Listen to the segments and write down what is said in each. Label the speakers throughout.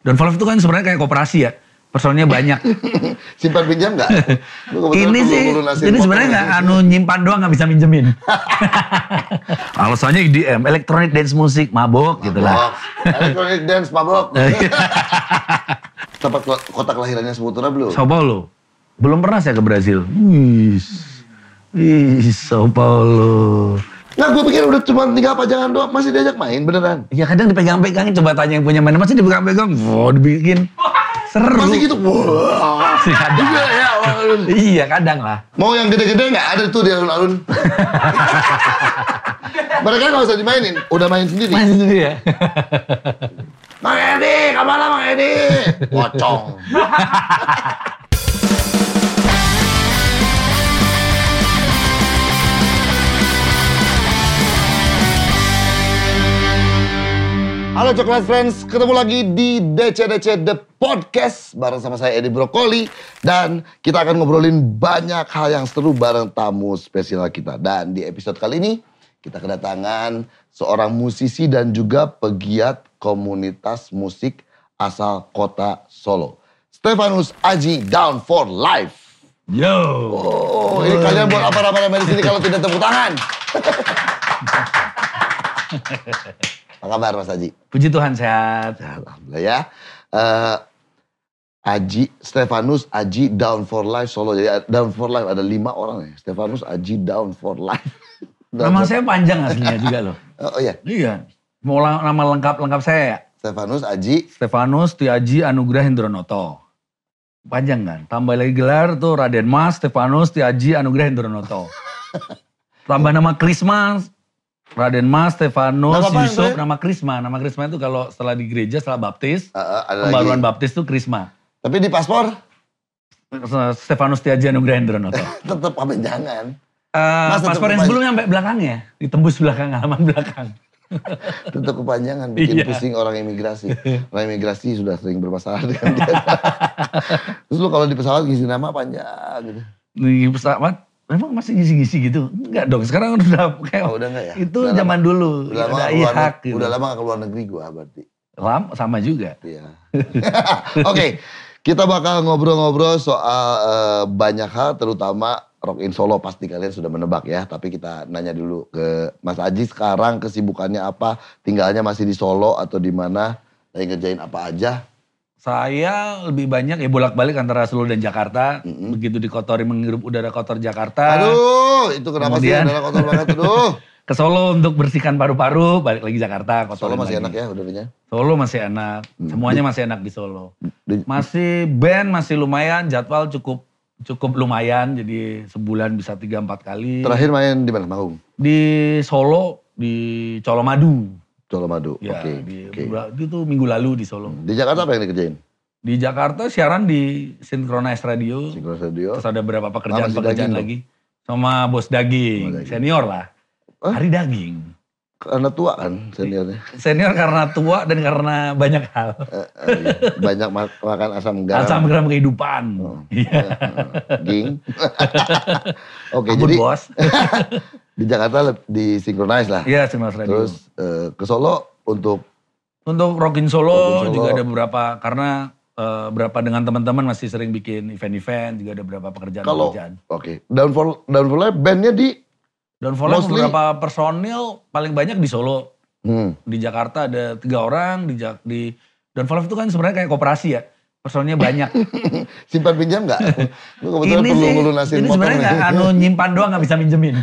Speaker 1: Don Valve itu kan sebenarnya kayak koperasi ya. Personnya banyak.
Speaker 2: Simpan pinjam nggak? Lu kebetulan
Speaker 1: ini
Speaker 2: perlu
Speaker 1: sih,
Speaker 2: lunasin
Speaker 1: ini
Speaker 2: motor
Speaker 1: sebenarnya
Speaker 2: nggak
Speaker 1: nggak
Speaker 2: sih?
Speaker 1: anu nyimpan doang nggak bisa minjemin. Alasannya EDM, electronic dance music, mabok, gitu lah.
Speaker 2: Mabok. Electronic dance mabok. Tempat ko- kota kelahirannya Seputura belum?
Speaker 1: Sao Paulo. Belum pernah saya ke Brazil. Wis. Wis, Sao Paulo.
Speaker 2: Nah, gue pikir udah cuma tinggal pajangan doang, masih diajak main beneran.
Speaker 1: Ya kadang dipegang-pegangin coba tanya yang punya mainan masih dipegang-pegang. Wow, dibikin seru. Iya,
Speaker 2: Masih gitu. Wah.
Speaker 1: Masih kadang.
Speaker 2: Gila ya. wah.
Speaker 1: Iya, kadang lah.
Speaker 2: Mau yang gede-gede nggak ada tuh di alun-alun. Mereka nggak usah dimainin, udah main sendiri.
Speaker 1: Masih sendiri ya.
Speaker 2: Mang Edi, kemana Mang Edi? Pocong. Halo Coklat Friends, ketemu lagi di DCDC The Podcast bareng sama saya Edi Brokoli dan kita akan ngobrolin banyak hal yang seru bareng tamu spesial kita. Dan di episode kali ini kita kedatangan seorang musisi dan juga pegiat komunitas musik asal kota Solo. Stefanus Aji Down for Life.
Speaker 1: Yo.
Speaker 2: Oh, ini kalian buat apa-apa di sini kalau tidak tepuk tangan. Apa kabar Mas Aji?
Speaker 1: Puji Tuhan sehat.
Speaker 2: Alhamdulillah ya. Eh, Aji, Stefanus Aji Down for Life Solo. Jadi eh, Down for Life ada lima orang ya. Stefanus Aji Down for Life. Down
Speaker 1: Nama
Speaker 2: for-
Speaker 1: saya panjang aslinya juga loh.
Speaker 2: Oh, oh iya,
Speaker 1: Iya. Mau la- nama lengkap-lengkap saya ya?
Speaker 2: Stefanus Aji.
Speaker 1: Stefanus Tiaji Anugrah Hendronoto. Panjang kan? Tambah lagi gelar tuh Raden Mas Stefanus Tiaji Anugrah Hendronoto. Tambah nama Krisma Raden Mas Stefanus
Speaker 2: Nama apa yang
Speaker 1: Yusuf
Speaker 2: tadi?
Speaker 1: nama Krisma. Nama Krisma itu kalau setelah di gereja setelah baptis,
Speaker 2: Eh, eh, ada
Speaker 1: pembaruan
Speaker 2: lagi.
Speaker 1: baptis tuh Krisma.
Speaker 2: Tapi di paspor
Speaker 1: Stefanus Tiaji Anugrah Hendronoto.
Speaker 2: tetap jangan.
Speaker 1: Eh,
Speaker 2: Mas, tetap
Speaker 1: paspor yang
Speaker 2: panjang.
Speaker 1: sebelumnya sampai belakang ya, ditembus belakang halaman belakang.
Speaker 2: Tetap kepanjangan bikin
Speaker 1: Iya.
Speaker 2: pusing orang imigrasi. Orang imigrasi sudah sering bermasalah dengan dia. Terus lu kalau di pesawat ngisi nama panjang gitu.
Speaker 1: Di pesawat memang masih ngisi-ngisi gitu. Enggak dong, sekarang udah kayak
Speaker 2: Oh, udah enggak ya?
Speaker 1: Itu
Speaker 2: Udah
Speaker 1: zaman dulu,
Speaker 2: Udah
Speaker 1: ada
Speaker 2: lama nggak keluar,
Speaker 1: ihak gitu.
Speaker 2: udah lama nggak keluar negeri gua berarti.
Speaker 1: Lam, sama juga.
Speaker 2: Iya. Oke, kita bakal ngobrol-ngobrol soal eh, banyak hal, terutama rock in solo pasti kalian sudah menebak ya. Tapi kita nanya dulu ke Mas Aji sekarang kesibukannya apa? Tinggalnya masih di Solo atau di mana? Lagi ngerjain apa aja?
Speaker 1: Saya lebih banyak ya bolak-balik antara Solo dan Jakarta. Begitu dikotori menghirup udara kotor Jakarta.
Speaker 2: Aduh, itu
Speaker 1: Ah.
Speaker 2: kenapa
Speaker 1: Kemudian-
Speaker 2: sih udara kotor banget? Aduh,
Speaker 1: Ke Solo untuk bersihkan paru-paru, balik lagi Jakarta.
Speaker 2: Solo
Speaker 1: kotorin
Speaker 2: masih
Speaker 1: lagi.
Speaker 2: enak ya Mm. udaranya.
Speaker 1: Solo masih enak. Semuanya masih enak di Solo.
Speaker 2: Di-
Speaker 1: Masih band masih lumayan, jadwal cukup cukup lumayan. Jadi sebulan bisa 3-4 kali.
Speaker 2: Terakhir main di mana? Mahung,
Speaker 1: Di Solo, di Colomadu.
Speaker 2: Colomadu.
Speaker 1: Ya,
Speaker 2: Oke,
Speaker 1: di,
Speaker 2: oke.
Speaker 1: itu tuh minggu lalu di Solo.
Speaker 2: Di Jakarta apa yang dikerjain?
Speaker 1: Di Jakarta siaran di Synchronize Radio.
Speaker 2: Sinkron Studio.
Speaker 1: Terus ada beberapa
Speaker 2: Sama si
Speaker 1: pekerjaan-pekerjaan
Speaker 2: Daging
Speaker 1: lagi. Sama bos
Speaker 2: Sama
Speaker 1: daging,
Speaker 2: Daging.
Speaker 1: senior lah.
Speaker 2: Hah?
Speaker 1: Hari daging.
Speaker 2: Karena tua kan seniornya.
Speaker 1: Senior karena tua dan karena banyak hal.
Speaker 2: Eh, eh, iya. banyak mak- makan asam garam.
Speaker 1: Asam garam kehidupan.
Speaker 2: Oh.
Speaker 1: Iya.
Speaker 2: Ging. Oke,
Speaker 1: Ampun,
Speaker 2: jadi
Speaker 1: bos.
Speaker 2: di Jakarta le- di synchronize lah.
Speaker 1: Iya, Senior Radio.
Speaker 2: Terus eh, ke Solo untuk
Speaker 1: Untuk Rockin
Speaker 2: Rock
Speaker 1: Solo,
Speaker 2: in Solo.
Speaker 1: juga ada beberapa karena eh, berapa dengan teman-teman masih sering bikin event-event juga ada beberapa
Speaker 2: kalau
Speaker 1: pekerjaan-pekerjaan.
Speaker 2: oke downfall downfall bandnya di
Speaker 1: Dan follow
Speaker 2: Mostly-
Speaker 1: beberapa personil paling banyak di Solo.
Speaker 2: hmm,
Speaker 1: di Jakarta ada tiga orang di Jak- di dan Valve itu kan sebenarnya kayak koperasi ya personnya banyak
Speaker 2: simpan pinjam nggak? Lu kebetulan
Speaker 1: ini
Speaker 2: perlu
Speaker 1: sih
Speaker 2: ngelunasin
Speaker 1: ini
Speaker 2: motor
Speaker 1: sebenarnya
Speaker 2: nih.
Speaker 1: nggak anu nyimpan doang nggak bisa minjemin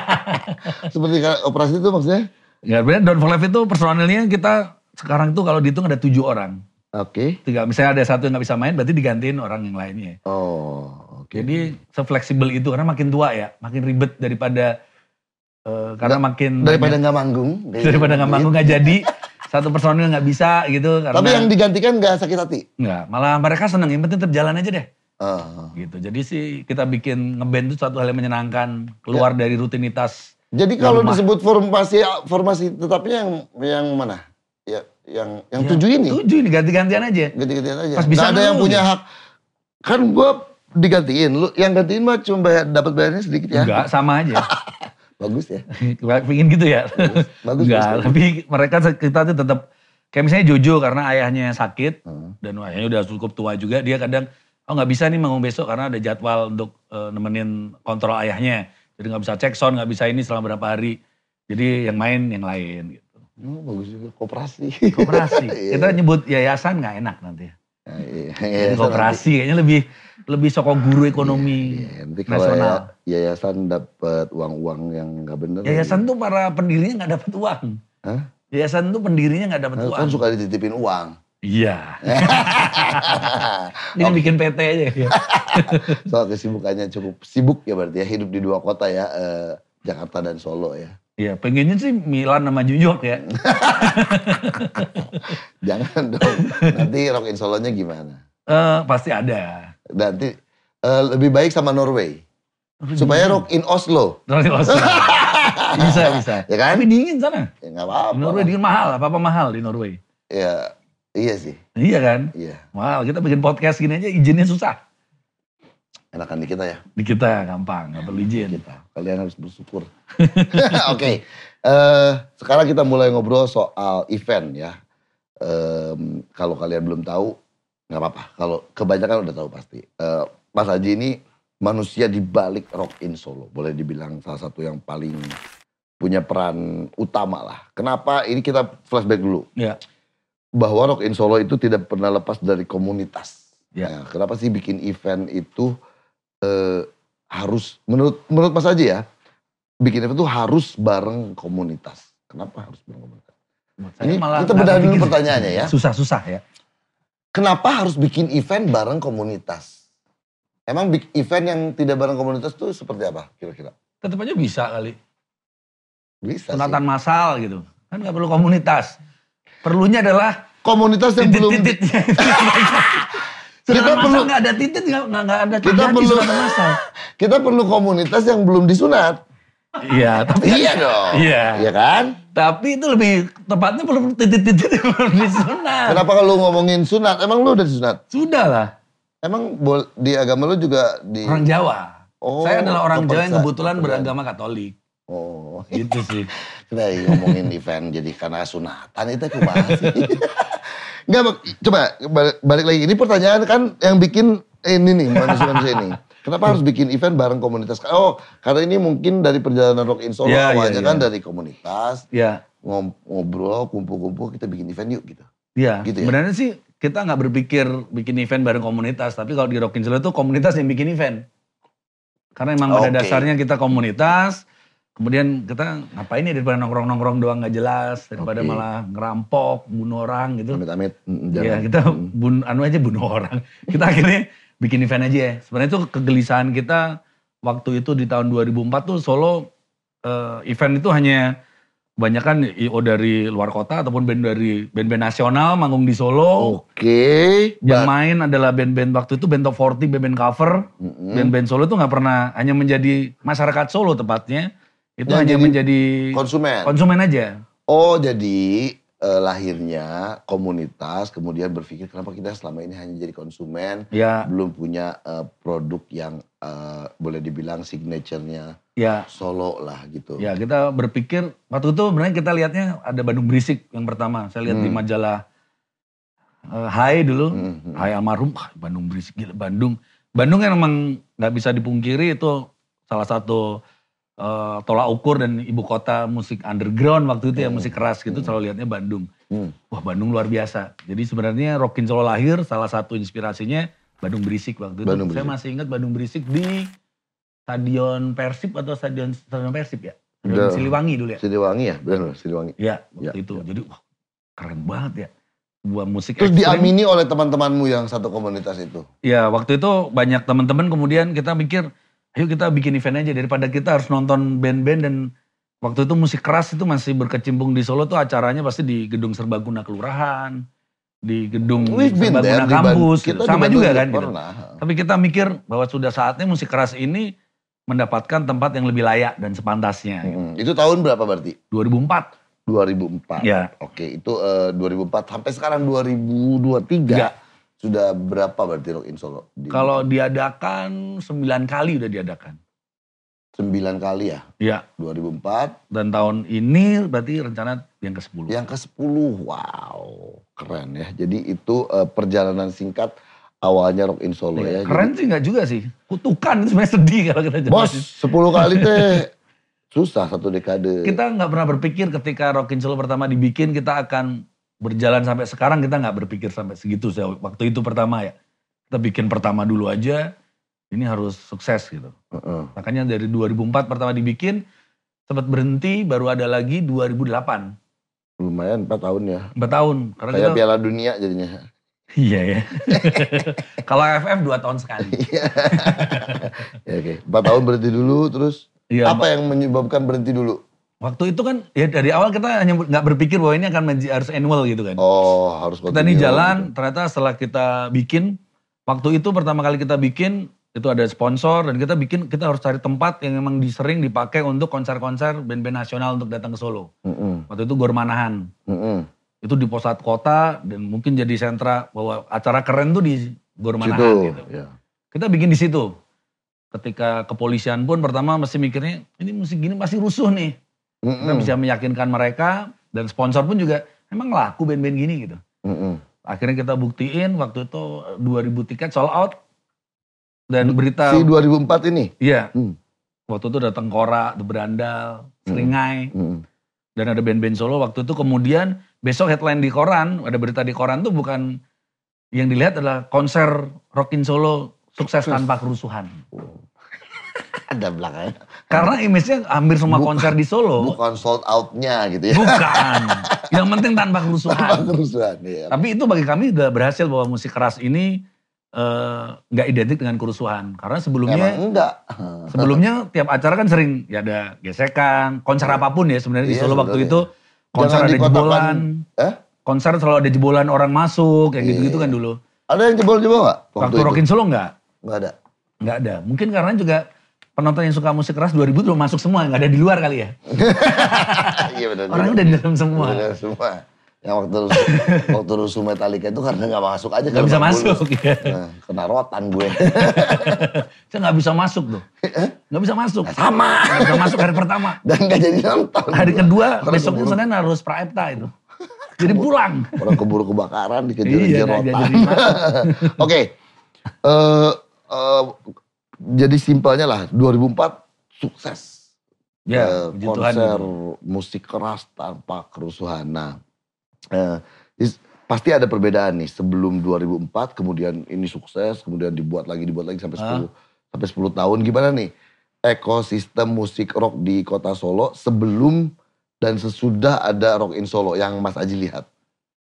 Speaker 2: Seperti kayak operasi itu maksudnya?
Speaker 1: ya sebenarnya Don Valve itu personilnya kita sekarang tuh kalau dihitung ada tujuh orang
Speaker 2: Oke.
Speaker 1: tiga misalnya ada satu yang nggak bisa main berarti digantiin orang yang lainnya
Speaker 2: Oh, oke.
Speaker 1: jadi sefleksibel itu karena makin tua ya makin ribet daripada eh, karena makin
Speaker 2: Daripada
Speaker 1: banyak-
Speaker 2: nggak manggung. kayak
Speaker 1: daripada
Speaker 2: gitu.
Speaker 1: nggak manggung nggak jadi satu personil nggak bisa gitu karena
Speaker 2: Tapi yang digantikan nggak sakit hati.
Speaker 1: nggak malah mereka seneng yang penting tetap jalan aja deh
Speaker 2: Ah.
Speaker 1: gitu. Jadi sih kita bikin ngeband itu suatu hal yang menyenangkan, keluar
Speaker 2: Ya.
Speaker 1: dari rutinitas.
Speaker 2: Jadi kalau
Speaker 1: rumah.
Speaker 2: disebut formasi formasi tetapnya yang yang mana? Ya, yang yang tujuh ini.
Speaker 1: Iya. Tujuh ini ganti-gantian aja.
Speaker 2: ganti-gantian aja.
Speaker 1: Pas bisa
Speaker 2: Nggak ada yang
Speaker 1: ngeluh
Speaker 2: punya
Speaker 1: dia.
Speaker 2: hak. Kan gua digantiin, lu yang gantiin mah cuma bayar, dapat bayarnya sedikit ya.
Speaker 1: Enggak, sama aja.
Speaker 2: Bagus ya.
Speaker 1: Pingin gitu ya.
Speaker 2: bagus,
Speaker 1: Enggak,
Speaker 2: bagus.
Speaker 1: tapi mereka kita tuh tetap Kayak misalnya Jojo karena ayahnya sakit
Speaker 2: Hmm.
Speaker 1: dan ayahnya udah cukup tua juga, dia kadang oh nggak bisa nih manggung besok karena ada jadwal untuk eh, nemenin kontrol ayahnya. Jadi nggak bisa cek sound, nggak bisa ini selama berapa hari. Jadi yang main yang lain gitu.
Speaker 2: Oh, bagus juga koperasi.
Speaker 1: Koperasi.
Speaker 2: Iya.
Speaker 1: Kita nyebut yayasan nggak enak nanti.
Speaker 2: Nah, iya,
Speaker 1: Jadi
Speaker 2: yayasan
Speaker 1: Koperasi kayaknya lebih lebih sokong guru
Speaker 2: nanti-
Speaker 1: ekonomi
Speaker 2: iya, nanti kalau
Speaker 1: nasional.
Speaker 2: ya- yayasan dapat uang-uang yang nggak bener.
Speaker 1: Yayasan tuh para pendirinya nggak dapat uang.
Speaker 2: Hah?
Speaker 1: Yayasan tuh pendirinya nggak dapat
Speaker 2: Nah,
Speaker 1: uang.
Speaker 2: kan suka dititipin uang.
Speaker 1: Iya. Ini
Speaker 2: Oh.
Speaker 1: bikin PT aja. ya.
Speaker 2: Soal kesibukannya cukup sibuk ya berarti ya hidup di dua kota ya eh, Jakarta dan Solo ya.
Speaker 1: Iya, pengennya sih Milan sama New York ya.
Speaker 2: Jangan dong. Nanti rock in Solonya gimana?
Speaker 1: Eh pasti ada.
Speaker 2: Nanti eh, lebih baik sama Norway
Speaker 1: Oh, iya.
Speaker 2: supaya rock in Oslo
Speaker 1: Terus Oslo. bisa bisa.
Speaker 2: ya kan?
Speaker 1: Tapi dingin sana.
Speaker 2: Ya nggak apa-apa.
Speaker 1: Di Norway dingin mahal, apa apa mahal di Norway.
Speaker 2: Ya iya sih.
Speaker 1: Iya kan?
Speaker 2: Iya.
Speaker 1: Mahal. Kita bikin podcast gini aja izinnya susah.
Speaker 2: Enakan di kita ya.
Speaker 1: Di kita gampang, nggak perlu izin.
Speaker 2: kita. Kalian harus bersyukur. Oke, eh, sekarang kita mulai ngobrol soal event ya. Em, kalau kalian belum tahu, nggak apa-apa. Kalau kebanyakan udah tahu pasti. Eh, Mas Haji ini manusia di balik rock in Solo, boleh dibilang salah satu yang paling punya peran utama lah. Kenapa? Ini kita flashback dulu.
Speaker 1: Iya.
Speaker 2: Bahwa rock in Solo itu tidak pernah lepas dari komunitas.
Speaker 1: Iya.
Speaker 2: Nah, kenapa sih bikin event itu eh, harus menurut menurut Mas Haji ya bikin event itu harus bareng komunitas. Kenapa harus bareng komunitas?
Speaker 1: Buat saya
Speaker 2: Ini
Speaker 1: malah
Speaker 2: kita
Speaker 1: nggak
Speaker 2: bedah dulu
Speaker 1: kepikiran.
Speaker 2: pertanyaannya ya.
Speaker 1: Susah-susah ya.
Speaker 2: Kenapa harus bikin event bareng komunitas? Emang big event yang tidak bareng komunitas tuh seperti apa kira-kira?
Speaker 1: Tetap aja bisa kali.
Speaker 2: Bisa sih.
Speaker 1: Sunatan massal gitu. Kan nggak perlu komunitas. Perlunya adalah
Speaker 2: Komunitas yang belum
Speaker 1: titit-tititnya.
Speaker 2: Kita
Speaker 1: Sunatan massal
Speaker 2: perlu-
Speaker 1: nggak ada titit, nggak nggak- nggak ada
Speaker 2: Kita
Speaker 1: terjadi
Speaker 2: perlu-
Speaker 1: sunatan massal.
Speaker 2: kita perlu komunitas yang belum disunat.
Speaker 1: Iya, tapi
Speaker 2: iya dong.
Speaker 1: Iya.
Speaker 2: Iya kan?
Speaker 1: tapi itu lebih tepatnya belum titit-titit yang belum disunat.
Speaker 2: Kenapa kalau lu ngomongin sunat? Emang lu udah disunat?
Speaker 1: Sudah lah,
Speaker 2: Emang bol- di agama lu juga di
Speaker 1: orang Jawa.
Speaker 2: Oh,
Speaker 1: Saya adalah orang
Speaker 2: kepaksa.
Speaker 1: Jawa yang kebetulan
Speaker 2: Kepaksa.
Speaker 1: beragama Katolik.
Speaker 2: Oh,
Speaker 1: Gitu sih.
Speaker 2: kita lagi ngomongin event jadi karena sunatan itu kumaha sih. Enggak, Bang. coba balik, balik lagi. Ini pertanyaan kan yang bikin ini nih manusia-manusia ini. Kenapa harus bikin event bareng komunitas? Oh, karena ini mungkin dari perjalanan Rock in Solo
Speaker 1: Ya, ya,
Speaker 2: awalnya kan
Speaker 1: ya.
Speaker 2: dari komunitas
Speaker 1: Ya,
Speaker 2: ngom- ngobrol, kumpul-kumpul kita bikin event yuk gitu.
Speaker 1: iya.
Speaker 2: Gitu ya?
Speaker 1: Sebenarnya sih kita nggak berpikir bikin event bareng komunitas, tapi kalau di Rockin Solo itu komunitas yang bikin event. Karena emang pada
Speaker 2: Oke.
Speaker 1: dasarnya kita komunitas, kemudian kita ngapain ya daripada nongkrong-nongkrong doang nggak jelas, daripada
Speaker 2: Oke.
Speaker 1: malah ngerampok, bunuh orang gitu.
Speaker 2: Amit-amit. mm, jangan.
Speaker 1: Iya kita bun, anu aja bunuh orang. Kita akhirnya bikin event aja ya. Sebenarnya itu kegelisahan kita waktu itu di tahun 2004 tuh Solo eh, event itu hanya kebanyakan IO dari luar kota ataupun band dari band-band nasional manggung di
Speaker 2: Oh,
Speaker 1: Solo.
Speaker 2: Oke.
Speaker 1: Yang main adalah band-band waktu itu band top 40, band-band cover.
Speaker 2: Mm-mm.
Speaker 1: Band-band Solo itu nggak pernah hanya menjadi masyarakat Solo tepatnya. Itu
Speaker 2: Dan
Speaker 1: hanya
Speaker 2: jadi
Speaker 1: menjadi
Speaker 2: Konsumen.
Speaker 1: konsumen aja.
Speaker 2: Oh jadi eh, lahirnya komunitas kemudian berpikir kenapa kita selama ini hanya jadi konsumen
Speaker 1: Ya,
Speaker 2: belum punya eh, produk yang eh, boleh dibilang signaturenya
Speaker 1: ya
Speaker 2: Solo lah gitu.
Speaker 1: Ya kita berpikir waktu itu sebenarnya kita lihatnya ada Bandung Berisik yang pertama. Saya lihat di
Speaker 2: Hmm.
Speaker 1: majalah eh, Hai dulu,
Speaker 2: Mhm.
Speaker 1: Hai Almarhum, Wah, Bandung Berisik gila Bandung. Bandung yang emang nggak bisa dipungkiri itu salah satu eh, tolak ukur dan ibu kota musik underground waktu itu ya musik keras gitu selalu lihatnya Bandung.
Speaker 2: Hmm.
Speaker 1: Wah Bandung luar biasa. Jadi sebenarnya Rockin Solo lahir salah satu inspirasinya Bandung Berisik waktu itu.
Speaker 2: Bandung
Speaker 1: Saya
Speaker 2: Berisik.
Speaker 1: masih ingat Bandung Berisik di Stadion Persib atau Stadion Stadion Persib ya? Stadion
Speaker 2: Udah.
Speaker 1: Siliwangi dulu ya?
Speaker 2: Siliwangi ya benar Siliwangi.
Speaker 1: Ya, waktu
Speaker 2: Ya,
Speaker 1: itu. Jadi wah, keren banget ya. Sebuah musik
Speaker 2: Terus
Speaker 1: ekstrim.
Speaker 2: diamini oleh teman-temanmu yang satu komunitas itu.
Speaker 1: Ya, waktu itu banyak teman-teman kemudian kita mikir, ayo kita bikin event aja daripada kita harus nonton band-band dan waktu itu musik keras itu masih berkecimpung di Solo tuh acaranya pasti di gedung Serbaguna Kelurahan, di gedung
Speaker 2: We've been
Speaker 1: Serbaguna
Speaker 2: there di Ban-
Speaker 1: Hmm, Kampus,
Speaker 2: kita
Speaker 1: gitu.
Speaker 2: di
Speaker 1: sama
Speaker 2: Bandung
Speaker 1: juga
Speaker 2: juga
Speaker 1: kan. gitu.
Speaker 2: Pernah.
Speaker 1: Tapi kita mikir bahwa sudah saatnya musik keras ini mendapatkan tempat yang lebih layak dan sepantasnya.
Speaker 2: Mm-mm. Hmm, Itu tahun berapa berarti?
Speaker 1: 2004.
Speaker 2: 2004.
Speaker 1: Ya.
Speaker 2: Oke, itu eh, 2004 sampai sekarang 2023.
Speaker 1: Iya.
Speaker 2: Sudah berapa berarti Rock in Solo? di-
Speaker 1: Kalau diadakan 9 kali udah diadakan.
Speaker 2: 9 kali ya.
Speaker 1: Iya.
Speaker 2: 2004,
Speaker 1: Dan tahun ini berarti rencana yang ke-10.
Speaker 2: yang ke-10. Wow, keren ya. Jadi itu eh, perjalanan singkat awalnya Rock in Solo ya. Jadi-
Speaker 1: Iya, Keren sih nggak juga sih. Kutukan sebenarnya sedih kalau kita jelasin.
Speaker 2: Bos, 10 kali teh susah satu dekade.
Speaker 1: Kita nggak pernah berpikir ketika Rockin Solo pertama dibikin kita akan berjalan sampai sekarang kita nggak berpikir sampai segitu. Saya waktu itu pertama ya. Kita bikin pertama dulu aja. Ini harus sukses gitu.
Speaker 2: Heeh.
Speaker 1: Makanya dari 2004 pertama dibikin sempat berhenti baru ada lagi 2008.
Speaker 2: Lumayan 4 tahun ya.
Speaker 1: 4 tahun. Karena
Speaker 2: Kayak
Speaker 1: kita
Speaker 2: Piala Dunia jadinya.
Speaker 1: Iya ya. Kalau AFF 2 tahun sekali.
Speaker 2: Ya, Oke, 4 tahun berhenti dulu terus
Speaker 1: Iya.
Speaker 2: apa yang menyebabkan berhenti dulu?
Speaker 1: Waktu itu kan ya dari awal kita hanya nggak berpikir bahwa ini akan menjadi- harus annual gitu kan.
Speaker 2: Oh, harus
Speaker 1: kita nih
Speaker 2: continue.
Speaker 1: jalan ternyata setelah kita bikin waktu itu pertama kali kita bikin itu ada sponsor dan kita bikin kita harus cari tempat yang memang disering dipakai untuk konser-konser band-band nasional untuk datang ke Solo.
Speaker 2: Heeh.
Speaker 1: Waktu itu Gormanahan.
Speaker 2: Heeh.
Speaker 1: Itu di pusat kota dan mungkin jadi sentra bahwa acara keren tuh di Gormanahan
Speaker 2: Situ.
Speaker 1: gitu.
Speaker 2: Ya.
Speaker 1: Kita bikin di situ. Ketika kepolisian pun pertama mesti mikirnya ini musik gini pasti rusuh nih. Kita
Speaker 2: Mm-mm.
Speaker 1: bisa meyakinkan mereka dan sponsor pun juga emang laku band-band gini gitu.
Speaker 2: Mm-mm.
Speaker 1: Akhirnya kita buktiin waktu itu eh, 2000 tiket sold out. Dan berita,
Speaker 2: Si 2004 ini.
Speaker 1: iya.
Speaker 2: Hmm.
Speaker 1: Waktu itu datang Kora, The Berandal, Seringai.
Speaker 2: Mm-mm.
Speaker 1: Dan ada band-band Solo waktu itu kemudian besok headline di koran, ada berita di koran tuh bukan yang dilihat adalah konser Rockin Solo sukses tanpa kerusuhan.
Speaker 2: Ada belakangnya.
Speaker 1: Karena image-nya hampir semua
Speaker 2: Bukan-
Speaker 1: konser di Solo.
Speaker 2: Bukan sold out-nya gitu ya.
Speaker 1: Bukan. yang penting tanpa kerusuhan.
Speaker 2: Kerusuhan ya.
Speaker 1: Tapi itu bagi kami udah berhasil bahwa musik keras ini eh, nggak identik dengan kerusuhan. Karena sebelumnya
Speaker 2: Emang enggak.
Speaker 1: sebelumnya tiap acara kan sering ya ada gesekan, konser apapun ya sebenarnya di
Speaker 2: Iya,
Speaker 1: Solo waktu
Speaker 2: sebenarnya.
Speaker 1: itu konser
Speaker 2: Jangan
Speaker 1: ada
Speaker 2: dikotakkan.
Speaker 1: jebolan,
Speaker 2: Eh?
Speaker 1: konser selalu ada jebolan orang masuk kayak
Speaker 2: Iya,
Speaker 1: gitu-gitu kan
Speaker 2: iya.
Speaker 1: dulu.
Speaker 2: Ada yang jebol-jebol nggak?
Speaker 1: Waktu,
Speaker 2: itu?
Speaker 1: Rockin Solo nggak?
Speaker 2: Nggak ada.
Speaker 1: Nggak ada. Mungkin karena juga penonton yang suka musik keras 2000 tuh masuk semua, nggak ada di luar kali ya.
Speaker 2: Iya benar.
Speaker 1: Orang
Speaker 2: juga.
Speaker 1: udah di dalam semua.
Speaker 2: Benar semua. Yang waktu rusuh, waktu rusuh Metallica itu karena nggak masuk aja.
Speaker 1: Nggak
Speaker 2: karena
Speaker 1: bisa
Speaker 2: nggak
Speaker 1: masuk.
Speaker 2: lulus.
Speaker 1: ya.
Speaker 2: Nah, kena rotan gue.
Speaker 1: Saya nggak bisa masuk tuh. Nggak bisa masuk.
Speaker 2: Eh? Sama.
Speaker 1: Nggak bisa masuk hari pertama.
Speaker 2: Dan nggak jadi nonton.
Speaker 1: Hari kedua,
Speaker 2: Orang
Speaker 1: besoknya
Speaker 2: Kan keburu-
Speaker 1: Senin harus praepta itu. Jadi pulang.
Speaker 2: Orang keburu kebakaran dikejar-kejar
Speaker 1: Iya, nggak
Speaker 2: rotan.
Speaker 1: jadi masuk.
Speaker 2: Oke. Eh, eh, jadi simpelnya lah 2004 sukses. eh,
Speaker 1: Ya, puji Tuhan
Speaker 2: konser
Speaker 1: gitu.
Speaker 2: musik keras tanpa kerusuhan. Nah, eh, is- pasti ada perbedaan nih sebelum 2004, kemudian ini sukses, kemudian dibuat lagi, dibuat lagi sampai
Speaker 1: Ah.
Speaker 2: 10 sampai 10 tahun. Gimana nih ekosistem musik rock di kota Solo sebelum dan sesudah ada Rock in Solo yang Mas Aji lihat?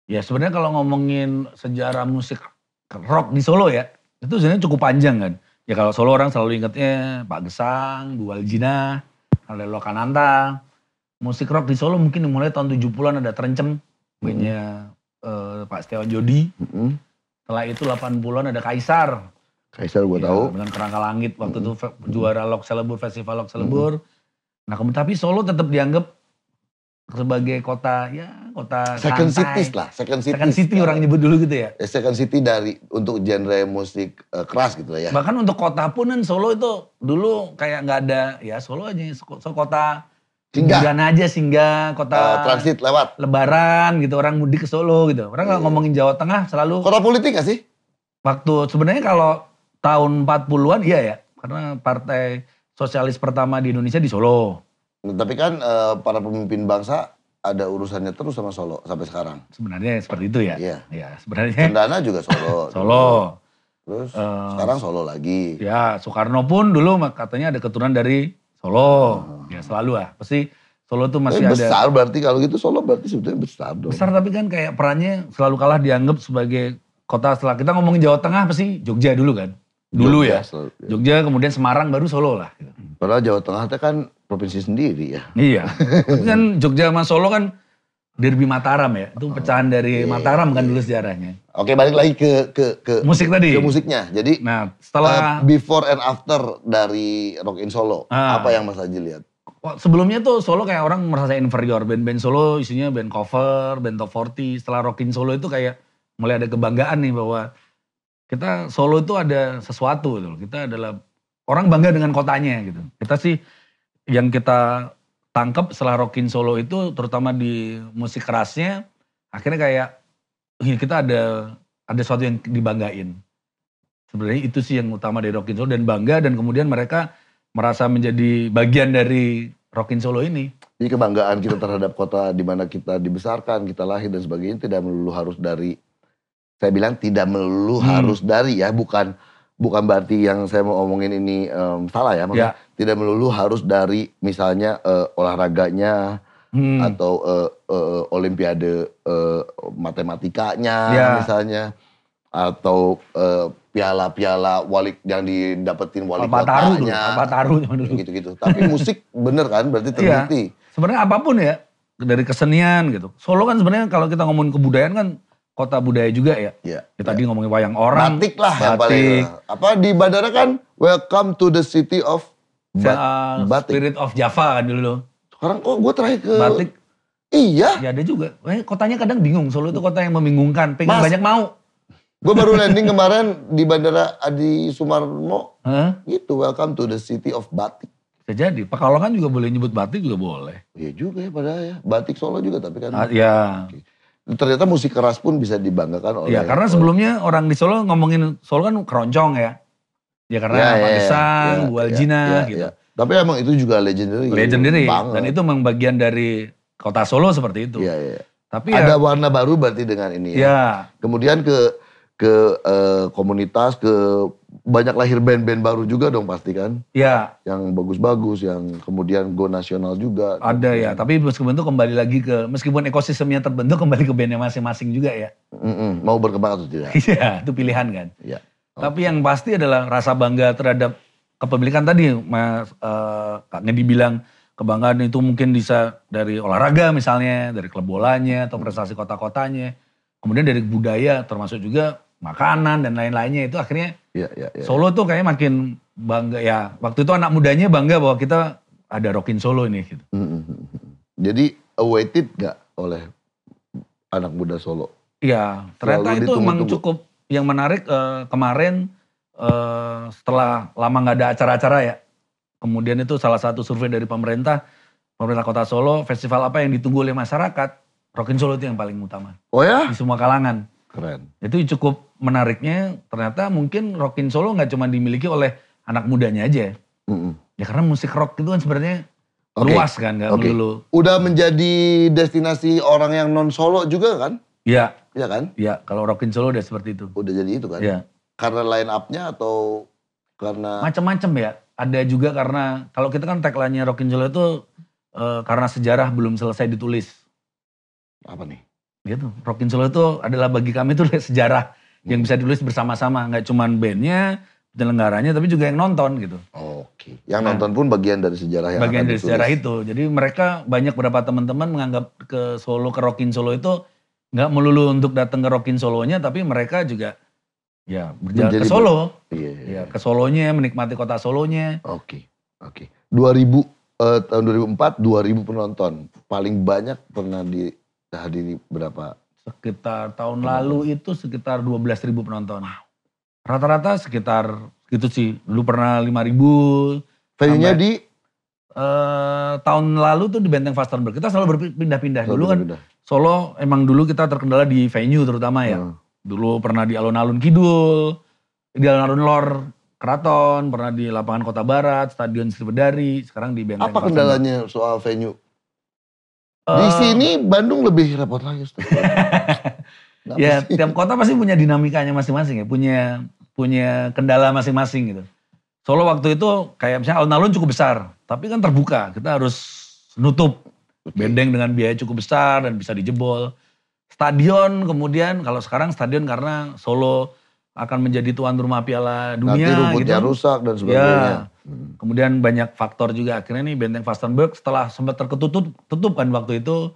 Speaker 1: Ya sebenarnya kalau ngomongin sejarah musik rock di Solo ya, itu sebenarnya cukup panjang kan. Ya kalau Solo orang selalu ingetnya Pak Gesang, Bu Waljina, Alelo Kananta. Musik rock di Solo mungkin mulai tahun 70-an ada Trencem,
Speaker 2: Hmm.
Speaker 1: bandnya eh, Pak Setiawan Jodi.
Speaker 2: Mm-mm.
Speaker 1: Setelah itu 80-an ada Kaisar.
Speaker 2: Kaisar gue
Speaker 1: Ya,
Speaker 2: tahu.
Speaker 1: Dengan kerangka langit waktu itu fe- juara Lok Celebur, Festival Lok Celebur. Nah, kemudian tapi Solo tetap dianggap sebagai kota ya kota
Speaker 2: Second
Speaker 1: santai.
Speaker 2: Cities lah, Second Cities.
Speaker 1: Second City orang nyebut dulu gitu ya.
Speaker 2: Eh, Second City dari untuk genre musik eh, keras gitu lah ya.
Speaker 1: Bahkan untuk kota pun kan Solo itu dulu kayak nggak ada ya Solo aja so, so- kota
Speaker 2: Singgah,
Speaker 1: liburan aja singgah kota
Speaker 2: eh, transit Iya. lewat.
Speaker 1: lebaran gitu orang mudik ke Solo gitu. Orang kalau ngomongin Jawa Tengah selalu
Speaker 2: Kota politik gak sih?
Speaker 1: waktu sebenarnya kalau tahun 40-an iya ya karena partai sosialis pertama di Indonesia di Solo.
Speaker 2: Nah, Tapi kan eh, para pemimpin bangsa ada urusannya terus sama Solo sampai sekarang.
Speaker 1: Sebenarnya seperti itu ya.
Speaker 2: Iya.
Speaker 1: Ya, sebenarnya
Speaker 2: Cendana juga Solo.
Speaker 1: Solo.
Speaker 2: Terus
Speaker 1: Eh.
Speaker 2: sekarang Solo lagi.
Speaker 1: Ya, Soekarno pun dulu mah katanya ada keturunan dari Solo. Ya selalu lah. Pasti Solo tuh
Speaker 2: Oh.
Speaker 1: masih
Speaker 2: Tapi
Speaker 1: ada
Speaker 2: besar berarti kalau gitu Solo berarti sebetulnya besar dong.
Speaker 1: besar tapi kan kayak perannya selalu kalah dianggap sebagai kota setelah kita ngomongin Jawa Tengah pasti Jogja dulu kan. Dulu
Speaker 2: Jogja,
Speaker 1: ya.
Speaker 2: Solo.
Speaker 1: Jogja kemudian Semarang baru Solo lah. gitu.
Speaker 2: Padahal Jawa Tengah itu kan provinsi sendiri ya.
Speaker 1: Iya. Tapi kan Jogja sama Solo kan Derby Mataram ya.
Speaker 2: Oh.
Speaker 1: Itu pecahan
Speaker 2: Iya,
Speaker 1: dari Mataram kan dulu sejarahnya.
Speaker 2: Oke balik lagi ke ke ke,
Speaker 1: Musik tadi.
Speaker 2: ke musiknya. Jadi
Speaker 1: Nah,
Speaker 2: eh,
Speaker 1: setelah
Speaker 2: before and after dari Rock in Solo
Speaker 1: Ah.
Speaker 2: apa yang Mas Aji lihat?
Speaker 1: Wah, sebelumnya tuh Solo kayak orang merasa inferior. Band-band Solo isinya band cover, band top 40. Setelah Rockin Solo itu kayak mulai ada kebanggaan nih bahwa kita Solo itu ada sesuatu. Gitu. loh. Kita adalah orang bangga dengan kotanya gitu. Kita sih yang kita tangkap setelah Rockin Solo itu terutama di musik kerasnya akhirnya kayak "Ih, kita ada ada sesuatu yang dibanggain. Sebenarnya itu sih yang utama dari Rockin Solo dan bangga dan kemudian mereka merasa menjadi bagian dari Rockin Solo ini.
Speaker 2: Jadi kebanggaan kita terhadap kota di mana kita dibesarkan, kita lahir dan sebagainya tidak melulu harus dari saya bilang tidak melulu
Speaker 1: Hmm.
Speaker 2: harus dari ya, bukan bukan berarti yang saya mau omongin ini em, salah ya, maksudnya
Speaker 1: Ya.
Speaker 2: tidak melulu harus dari misalnya eh, olahraganya
Speaker 1: Hmm.
Speaker 2: atau eh, eh, olimpiade eh, matematikanya
Speaker 1: Ya.
Speaker 2: misalnya atau eh, piala-piala wali yang didapetin wali
Speaker 1: apa taruh dulu, apa
Speaker 2: kotanya Gitu.
Speaker 1: taruh zaman dulu. Iya.
Speaker 2: gitu-gitu. Tapi musik bener kan berarti terbukti.
Speaker 1: Sebenarnya apapun ya dari kesenian gitu. Solo kan sebenarnya kalau kita ngomongin kebudayaan kan kota budaya juga ya.
Speaker 2: Iya.
Speaker 1: Ya, tadi ngomongin wayang orang,
Speaker 2: Batik lah yang paling.
Speaker 1: batik,
Speaker 2: Apa di bandara kan welcome to the city of Bat-
Speaker 1: uh,
Speaker 2: batik.
Speaker 1: Spirit of Java kan dulu.
Speaker 2: Sekarang kok gue terakhir ke
Speaker 1: Batik
Speaker 2: Iya,
Speaker 1: ya ada juga. Eh, kotanya kadang bingung. Solo itu kota yang membingungkan. Pengen
Speaker 2: Mas-
Speaker 1: banyak mau.
Speaker 2: gue baru landing kemarin di bandara Adi Sumarmo.
Speaker 1: Hah?
Speaker 2: Gitu, welcome to the city of batik.
Speaker 1: Bisa jadi. Pekalongan juga boleh nyebut batik juga boleh.
Speaker 2: Iya juga ya padahal ya. Batik Solo juga tapi kan.
Speaker 1: Ah, ya.
Speaker 2: Ternyata musik keras pun bisa dibanggakan oleh.
Speaker 1: Ya karena sebelumnya orang di Solo ngomongin Solo kan keroncong ya. Ya karena
Speaker 2: Ya, ya, ya,
Speaker 1: Pandesang,
Speaker 2: ya,
Speaker 1: Bu Aljina
Speaker 2: ya, ya,
Speaker 1: gitu.
Speaker 2: ya. Tapi emang itu juga legendary.
Speaker 1: Legendary
Speaker 2: Banget.
Speaker 1: dan itu memang bagian dari kota Solo seperti itu.
Speaker 2: Iya, iya.
Speaker 1: Tapi ya,
Speaker 2: Ada warna baru berarti dengan ini ya.
Speaker 1: ya
Speaker 2: Kemudian ke ke eh, komunitas ke banyak lahir band-band baru juga dong pasti kan
Speaker 1: ya
Speaker 2: yang bagus-bagus yang kemudian go nasional juga.
Speaker 1: ada ya. Tapi meskipun itu kembali lagi ke meskipun ekosistemnya terbentuk kembali ke bandnya masing-masing juga ya.
Speaker 2: Mm-mm. Mau berkembang atau tidak?
Speaker 1: Iya, itu pilihan kan.
Speaker 2: Iya.
Speaker 1: Tapi yang pasti adalah rasa bangga terhadap kepemilikan tadi, Mas eh, Kak Ngedi bilang kebanggaan itu mungkin bisa dari olahraga misalnya, dari klub bolanya atau prestasi kota-kotanya. Kemudian dari budaya termasuk juga makanan dan lain-lainnya itu akhirnya
Speaker 2: Iya, iya, iya.
Speaker 1: Solo tuh kayaknya makin bangga ya. Waktu itu anak mudanya bangga bahwa kita ada Rockin Solo ini gitu.
Speaker 2: Mm-mm. Jadi awaited nggak oleh anak muda Solo?
Speaker 1: Iya, ternyata
Speaker 2: Selalu
Speaker 1: itu emang
Speaker 2: ditunggu-tunggu.
Speaker 1: cukup yang menarik eh, kemarin eh, setelah lama nggak ada acara-acara ya. Kemudian itu salah satu survei dari pemerintah, pemerintah Kota Solo, festival apa yang ditunggu oleh masyarakat, Rockin Solo itu yang paling utama
Speaker 2: Oh ya?
Speaker 1: di semua kalangan.
Speaker 2: Keren.
Speaker 1: Itu cukup menariknya, ternyata mungkin Rockin Solo nggak cuma dimiliki oleh anak mudanya aja.
Speaker 2: Mm-mm.
Speaker 1: Ya karena musik rock itu kan sebenarnya
Speaker 2: Oke.
Speaker 1: luas kan, nggak
Speaker 2: Oke.
Speaker 1: melulu.
Speaker 2: Udah menjadi destinasi orang yang non Solo juga kan?
Speaker 1: Iya,
Speaker 2: Iya kan?
Speaker 1: iya kalau Rockin Solo udah seperti itu.
Speaker 2: Udah jadi itu kan?
Speaker 1: Iya.
Speaker 2: Karena line up-nya atau karena
Speaker 1: macam-macam ya. Ada juga karena kalau kita kan tagline-nya Rockin Solo itu eh, karena sejarah belum selesai ditulis.
Speaker 2: apa nih?
Speaker 1: Gitu. Rockin Solo itu adalah bagi kami itu sejarah yang bisa ditulis bersama-sama, nggak cuman bandnya, penyelenggaranya, tapi juga yang nonton gitu.
Speaker 2: Oke. Yang
Speaker 1: Nah.
Speaker 2: nonton pun bagian dari sejarah yang
Speaker 1: Bagian
Speaker 2: Ya, akan
Speaker 1: dari
Speaker 2: ditulis.
Speaker 1: sejarah itu. Jadi mereka banyak beberapa teman-teman menganggap ke Solo, ke Rockin Solo itu nggak melulu untuk datang ke Rockin Solonya, tapi mereka juga ya berjalan
Speaker 2: Menjadi
Speaker 1: ke Solo,
Speaker 2: Iya.
Speaker 1: ya ke Solonya, menikmati kota Solonya.
Speaker 2: Oke. Oke. 2000 eh, tahun 2004 2000 penonton. Paling banyak pernah dihadiri berapa?
Speaker 1: sekitar tahun lalu itu sekitar 12.000 penonton. Rata-rata sekitar gitu sih. Dulu pernah 5.000.
Speaker 2: Venue-nya di
Speaker 1: Eh, tahun lalu tuh di Benteng Fastenberg. Kita selalu berpindah-pindah. Dulu kan
Speaker 2: Udah.
Speaker 1: Solo emang dulu kita terkendala di venue terutama ya.
Speaker 2: Hmm.
Speaker 1: Dulu pernah di Alun-Alun Kidul, di Alun-Alun Lor Keraton, pernah di lapangan Kota Barat, Stadion Sriwedari, sekarang di Benteng
Speaker 2: Apa
Speaker 1: Fastenberg.
Speaker 2: kendalanya soal venue? Di
Speaker 1: Eh,
Speaker 2: sini Bandung lebih repot lagi. Ustaz. Kenapa
Speaker 1: Ya,
Speaker 2: sih?
Speaker 1: tiap kota pasti punya dinamikanya masing-masing ya, punya punya kendala masing-masing gitu. Solo waktu itu kayak misalnya alun-alun cukup besar, tapi kan terbuka, kita harus nutup bedeng dengan biaya cukup besar dan bisa dijebol. Stadion kemudian kalau sekarang stadion karena Solo akan menjadi tuan rumah Piala
Speaker 2: Nanti
Speaker 1: Dunia
Speaker 2: rumputnya
Speaker 1: gitu.
Speaker 2: rusak dan sebagainya. Hmm.
Speaker 1: Kemudian banyak faktor juga akhirnya nih Benteng Fastenberg setelah sempat terketutup tutup kan waktu itu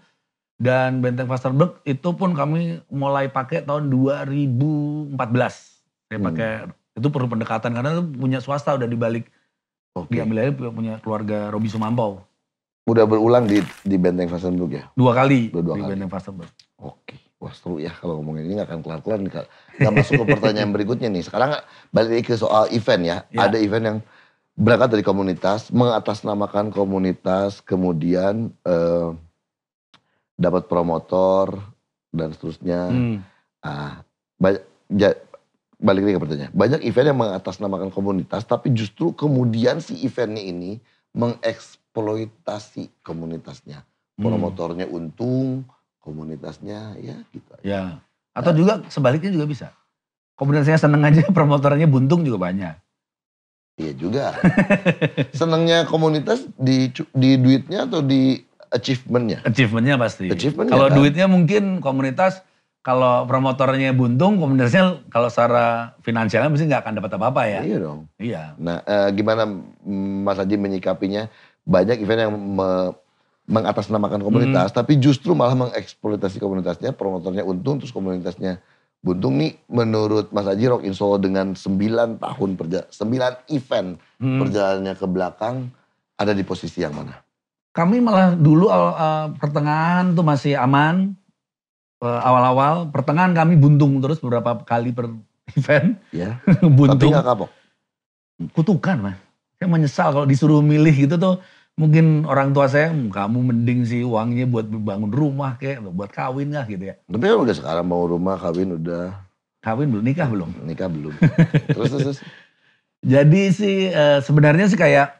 Speaker 1: dan Benteng Fastenberg itu pun kami mulai pakai tahun 2014. Saya
Speaker 2: Hmm.
Speaker 1: pakai itu perlu pendekatan karena itu punya swasta udah dibalik
Speaker 2: Oke.
Speaker 1: diambil alih punya keluarga Robi Sumampau
Speaker 2: Udah berulang di di Benteng Fasenburg ya.
Speaker 1: dua kali
Speaker 2: Dua-dua
Speaker 1: di
Speaker 2: kali.
Speaker 1: Benteng Fastenberg.
Speaker 2: Oke, wah seru ya kalau ngomongin ini nggak akan kelar-kelar nih. Kak. Nggak masuk ke pertanyaan berikutnya nih. Sekarang balik lagi ke soal event ya.
Speaker 1: Ya.
Speaker 2: Ada event yang berangkat dari komunitas, mengatasnamakan komunitas, kemudian eh, dapat promotor dan seterusnya.
Speaker 1: Hmm.
Speaker 2: Ah, banyak, ja- balik lagi ke pertanyaan. Banyak event yang mengatasnamakan komunitas, tapi justru kemudian si eventnya ini mengeksploitasi komunitasnya.
Speaker 1: Hmm.
Speaker 2: Promotornya untung, komunitasnya ya gitu. aja.
Speaker 1: Ya. Atau juga sebaliknya juga bisa. Komunitasnya seneng aja, promotornya buntung juga banyak.
Speaker 2: Iya juga. Senangnya komunitas di cu- di duitnya atau di achievementnya?
Speaker 1: Achievementnya pasti.
Speaker 2: Achievement-nya,
Speaker 1: Kalau
Speaker 2: kan?
Speaker 1: duitnya mungkin komunitas, kalau promotornya buntung, komunitasnya kalau secara finansialnya mesti nggak akan dapat apa-apa ya.
Speaker 2: Iya dong.
Speaker 1: Iya.
Speaker 2: Nah, eh, gimana mm, Mas Haji menyikapinya? Banyak event yang me- mengatasnamakan komunitas,
Speaker 1: Hmm.
Speaker 2: tapi justru malah mengeksploitasi komunitasnya, promotornya untung, terus komunitasnya buntung nih. Menurut Mas Haji, Rock in Solo dengan 9 tahun perja 9 event
Speaker 1: Hmm.
Speaker 2: perjalanannya ke belakang ada di posisi yang mana?
Speaker 1: Kami malah dulu awal- eh, pertengahan tuh masih aman. Eh, Awal-awal pertengahan kami buntung terus beberapa kali per event.
Speaker 2: Ya, tapi
Speaker 1: buntung.
Speaker 2: nggak kapok.
Speaker 1: kutukan mas. Saya menyesal kalau disuruh milih gitu tuh mungkin orang tua saya "Hmm, kamu mending sih uangnya buat bangun rumah kayak buat kawin lah gitu ya.
Speaker 2: Tapi kan udah sekarang mau rumah, kawin udah,
Speaker 1: Kawin belum nikah belum.
Speaker 2: nikah belum. terus, terus, terus.
Speaker 1: Jadi sih eh, sebenarnya sih kayak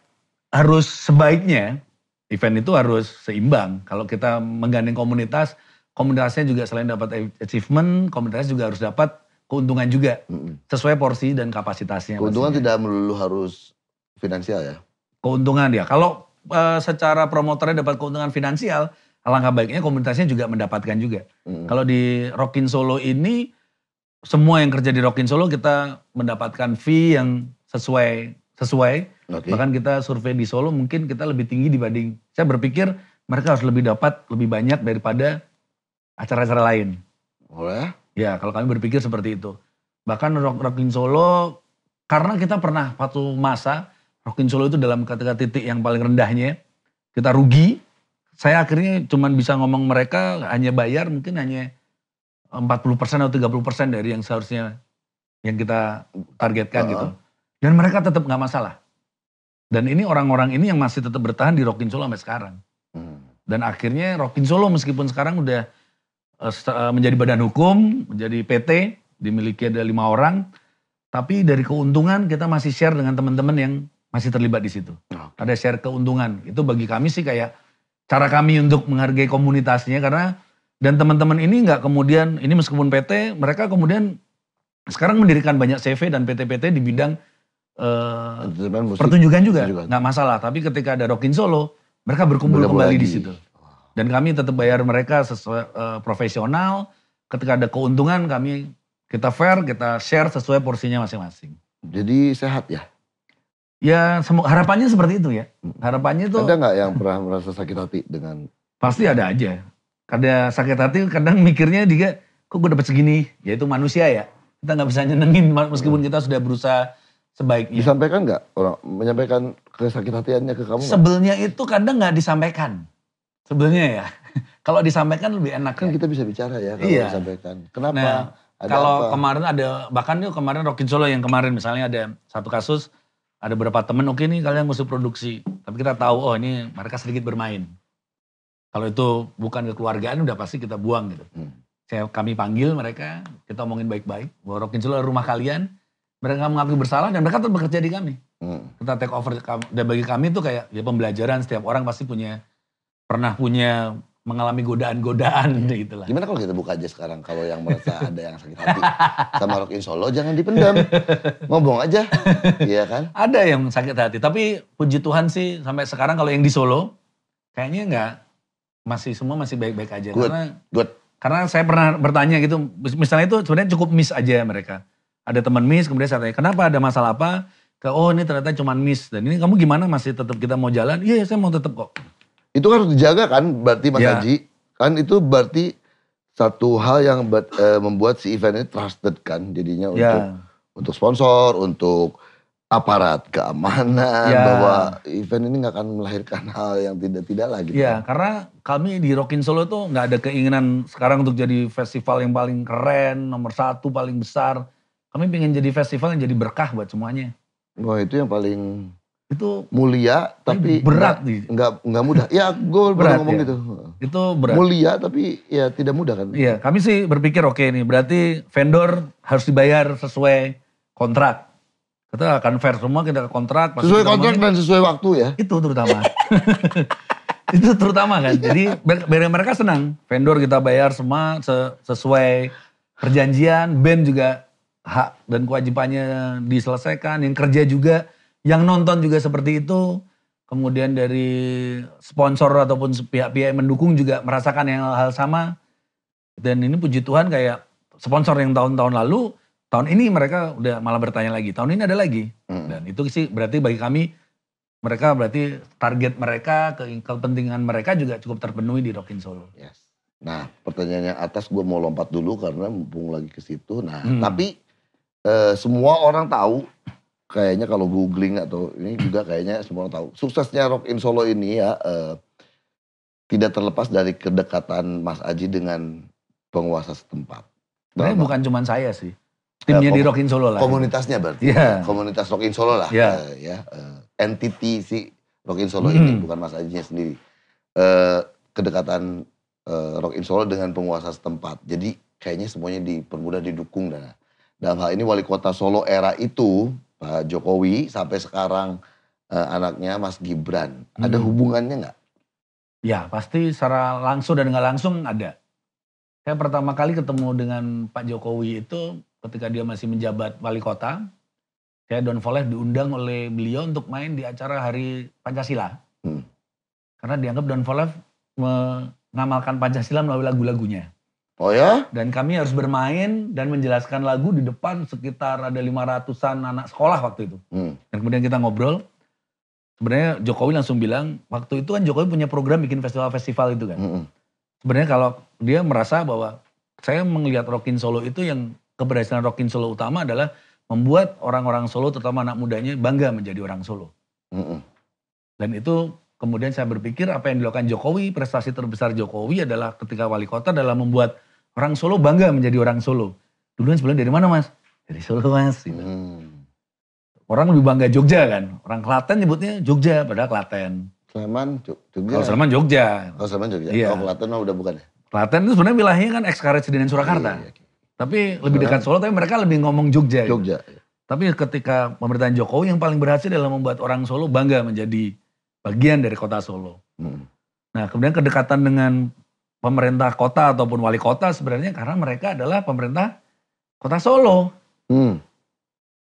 Speaker 1: harus sebaiknya event itu harus seimbang. Kalau kita menggandeng komunitas, komunitasnya juga selain dapat achievement, komunitas juga harus dapat keuntungan juga
Speaker 2: Mm-mm.
Speaker 1: sesuai porsi dan kapasitasnya.
Speaker 2: Keuntungan
Speaker 1: pastinya.
Speaker 2: tidak melulu harus finansial ya.
Speaker 1: keuntungan dia. Kalau eh, secara promotornya dapat keuntungan finansial, alangkah baiknya komunitasnya juga mendapatkan juga.
Speaker 2: Mm-mm.
Speaker 1: Kalau di Rockin Solo ini, semua yang kerja di Rockin Solo kita mendapatkan fee yang sesuai sesuai.
Speaker 2: Oke.
Speaker 1: Bahkan kita survei di Solo mungkin kita lebih tinggi dibanding. Saya berpikir mereka harus lebih dapat lebih banyak daripada acara-acara lain.
Speaker 2: Boleh?
Speaker 1: Ya, kalau kami berpikir seperti itu. Bahkan rock rockin solo karena kita pernah waktu masa rockin solo itu dalam kata titik yang paling rendahnya kita rugi. Saya akhirnya cuman bisa ngomong mereka hanya bayar mungkin hanya 40% atau 30% dari yang seharusnya yang kita targetkan
Speaker 2: Uh-uh.
Speaker 1: gitu. Dan mereka tetap nggak masalah. Dan ini orang-orang ini yang masih tetap bertahan di Rockin Solo sampai sekarang.
Speaker 2: Mm.
Speaker 1: Dan akhirnya Rockin Solo meskipun sekarang udah eh, st- eh, menjadi badan hukum, menjadi PT, dimiliki ada lima orang, tapi dari keuntungan kita masih share dengan teman-teman yang masih terlibat di situ.
Speaker 2: Oke.
Speaker 1: Ada share keuntungan. Itu bagi kami sih kayak cara kami untuk menghargai komunitasnya karena dan teman-teman ini nggak kemudian ini meskipun PT, mereka kemudian sekarang mendirikan banyak CV dan PT-PT di bidang eh,
Speaker 2: Entertainment musik.
Speaker 1: pertunjukan juga
Speaker 2: Pertunjukan.
Speaker 1: nggak masalah tapi ketika ada Rockin Solo mereka berkumpul
Speaker 2: Bergabung
Speaker 1: kembali di
Speaker 2: lagi.
Speaker 1: situ dan kami tetap bayar mereka sesuai eh, profesional ketika ada keuntungan kami kita fair kita share sesuai porsinya masing-masing
Speaker 2: Jadi sehat ya.
Speaker 1: ya semu- harapannya seperti itu ya harapannya itu
Speaker 2: Ada nggak yang pernah merasa sakit hati dengan
Speaker 1: pasti ada aja kadang sakit hati kadang mikirnya juga kok gue dapat segini ya itu manusia ya kita nggak bisa nyenengin meskipun kita sudah berusaha sebaiknya
Speaker 2: disampaikan nggak orang menyampaikan kesakit hatiannya ke kamu? nggak?
Speaker 1: Sebelnya itu kadang nggak disampaikan. Sebelnya ya. Kalau disampaikan lebih enak.
Speaker 2: Kan
Speaker 1: ya.
Speaker 2: kita bisa bicara ya kalau
Speaker 1: Iya.
Speaker 2: disampaikan. Kenapa?
Speaker 1: Nah,
Speaker 2: ada
Speaker 1: kalau
Speaker 2: apa?
Speaker 1: kemarin ada bahkan yuk kemarin Rockin Solo yang kemarin misalnya ada satu kasus ada beberapa temen oke nih kalian mesti produksi tapi kita tahu oh ini mereka sedikit bermain kalau itu bukan kekeluargaan udah pasti kita buang gitu
Speaker 2: Hmm.
Speaker 1: saya kami panggil mereka kita omongin baik-baik bahwa Rockin Solo adalah rumah kalian mereka mengakui bersalah dan mereka tetap bekerja di kami
Speaker 2: Hmm.
Speaker 1: kita take over kam- dan bagi kami itu kayak ya pembelajaran setiap orang pasti punya pernah punya mengalami godaan-godaan gitu lah.
Speaker 2: Nah, Gimana kalau kita buka aja sekarang kalau yang merasa ada yang sakit hati sama Rock in Solo jangan dipendam. Ngomong aja. Iya kan?
Speaker 1: Ada yang sakit hati, tapi puji Tuhan sih sampai sekarang kalau yang di Solo kayaknya nggak masih semua masih baik-baik aja
Speaker 2: Good.
Speaker 1: karena
Speaker 2: Good.
Speaker 1: karena saya pernah bertanya gitu mis- misalnya itu sebenarnya cukup miss aja mereka. Ada teman miss kemudian saya tanya kenapa ada masalah apa? Ke oh ini ternyata cuma miss dan ini kamu gimana masih tetap kita mau jalan? Iya saya mau tetap kok.
Speaker 2: itu kan harus dijaga kan berarti Mas
Speaker 1: Ya.
Speaker 2: Haji kan itu berarti satu hal yang ber- eh, membuat si event ini trusted kan jadinya untuk
Speaker 1: Ya.
Speaker 2: untuk sponsor untuk aparat keamanan
Speaker 1: Ya.
Speaker 2: bahwa event ini nggak akan melahirkan hal yang tidak tidak lagi gitu.
Speaker 1: Iya, karena kami di Rockin Solo tuh nggak ada keinginan sekarang untuk jadi festival yang paling keren, nomor satu paling besar. Kami pengen jadi festival yang jadi berkah buat semuanya.
Speaker 2: Wah itu yang paling
Speaker 1: Itu
Speaker 2: Mulia tapi
Speaker 1: berat nih.
Speaker 2: nggak nggak mudah. Ya gue
Speaker 1: Berat,
Speaker 2: baru ngomong
Speaker 1: ya.
Speaker 2: gitu.
Speaker 1: itu berat.
Speaker 2: Mulia tapi ya tidak mudah kan.
Speaker 1: Iya, kami sih berpikir oke nih, berarti vendor harus dibayar sesuai kontrak. Kita akan fair semua kita ke kontrak. pasti
Speaker 2: Sesuai
Speaker 1: kita
Speaker 2: kontrak
Speaker 1: ngomongin-
Speaker 2: dan sesuai waktu ya.
Speaker 1: itu terutama. itu terutama kan. Jadi biar, biar mereka senang. Vendor kita bayar semua se- sesuai perjanjian, band juga hak dan kewajibannya diselesaikan, yang kerja juga, yang nonton juga seperti itu. Kemudian dari sponsor ataupun pihak-pihak yang mendukung juga merasakan yang hal sama. Dan ini puji Tuhan kayak sponsor yang tahun-tahun lalu, tahun ini mereka udah malah bertanya lagi, tahun ini ada lagi.
Speaker 2: Mm.
Speaker 1: Dan itu sih berarti bagi kami mereka berarti target mereka, ke- kepentingan mereka juga cukup terpenuhi di Rockin Solo.
Speaker 2: Yes. Nah, pertanyaan yang atas gue mau lompat dulu karena mumpung lagi ke situ. Nah,
Speaker 1: Hmm.
Speaker 2: tapi eh, semua orang tahu kayaknya kalau googling atau ini juga kayaknya semua orang tahu. Suksesnya Rock in Solo ini ya eh, tidak terlepas dari kedekatan Mas Aji dengan penguasa setempat.
Speaker 1: Sebenarnya
Speaker 2: Dalam-
Speaker 1: bukan cuman saya sih. Timnya
Speaker 2: Ya,
Speaker 1: di
Speaker 2: kom-
Speaker 1: Rockin Solo lah.
Speaker 2: komunitasnya berarti.
Speaker 1: Iya.
Speaker 2: Komunitas Rock in Solo lah
Speaker 1: Iya.
Speaker 2: eh, ya. eh, entity si Rock in Solo
Speaker 1: Hmm.
Speaker 2: ini bukan Mas Ajinya sendiri. Eh, kedekatan eh, Rock in Solo dengan penguasa setempat. Jadi kayaknya semuanya dipermudah didukung dan dalam hal ini wali kota Solo era itu Pak Jokowi sampai sekarang eh, anaknya Mas Gibran. Ada
Speaker 1: Hmm.
Speaker 2: hubungannya nggak?
Speaker 1: Ya pasti secara langsung dan nggak langsung ada. Saya pertama kali ketemu dengan Pak Jokowi itu ketika dia masih menjabat wali kota. Saya Don Voleh diundang oleh beliau untuk main di acara Hari Pancasila.
Speaker 2: Hmm.
Speaker 1: Karena dianggap Don Voleh mengamalkan Pancasila melalui lagu-lagunya.
Speaker 2: Oh ya?
Speaker 1: dan kami harus bermain dan menjelaskan lagu di depan sekitar ada 500-an anak sekolah waktu itu.
Speaker 2: Hmm.
Speaker 1: Dan kemudian kita ngobrol. Sebenarnya Jokowi langsung bilang, waktu itu kan Jokowi punya program bikin festival-festival itu kan.
Speaker 2: Mm-mm.
Speaker 1: Sebenarnya kalau dia merasa bahwa saya melihat Rockin Solo itu yang keberhasilan Rockin Solo utama adalah membuat orang-orang Solo terutama anak mudanya bangga menjadi orang Solo.
Speaker 2: Mm-mm.
Speaker 1: Dan itu kemudian saya berpikir apa yang dilakukan Jokowi, prestasi terbesar Jokowi adalah ketika wali kota dalam membuat orang Solo bangga menjadi orang Solo. Dulu kan sebenarnya dari mana mas? Dari Solo mas. gitu.
Speaker 2: Hmm.
Speaker 1: Orang lebih bangga Jogja kan. Orang Klaten nyebutnya Jogja padahal Klaten.
Speaker 2: Sleman, Jog-
Speaker 1: Kalau
Speaker 2: Jogja.
Speaker 1: Sleman Jogja.
Speaker 2: Kalau Sleman Jogja.
Speaker 1: Iya.
Speaker 2: Kalau Klaten mah udah bukan ya?
Speaker 1: Klaten itu sebenarnya wilayahnya kan ex dan Surakarta.
Speaker 2: Iya,
Speaker 1: Tapi lebih dekat Solo tapi mereka lebih ngomong Jogja. gitu.
Speaker 2: Jogja.
Speaker 1: Tapi ketika pemerintahan Jokowi yang paling berhasil adalah membuat orang Solo bangga menjadi bagian dari kota Solo.
Speaker 2: Mm.
Speaker 1: Nah, kemudian kedekatan dengan pemerintah kota ataupun wali kota sebenarnya karena mereka adalah pemerintah kota Solo.
Speaker 2: Hmm.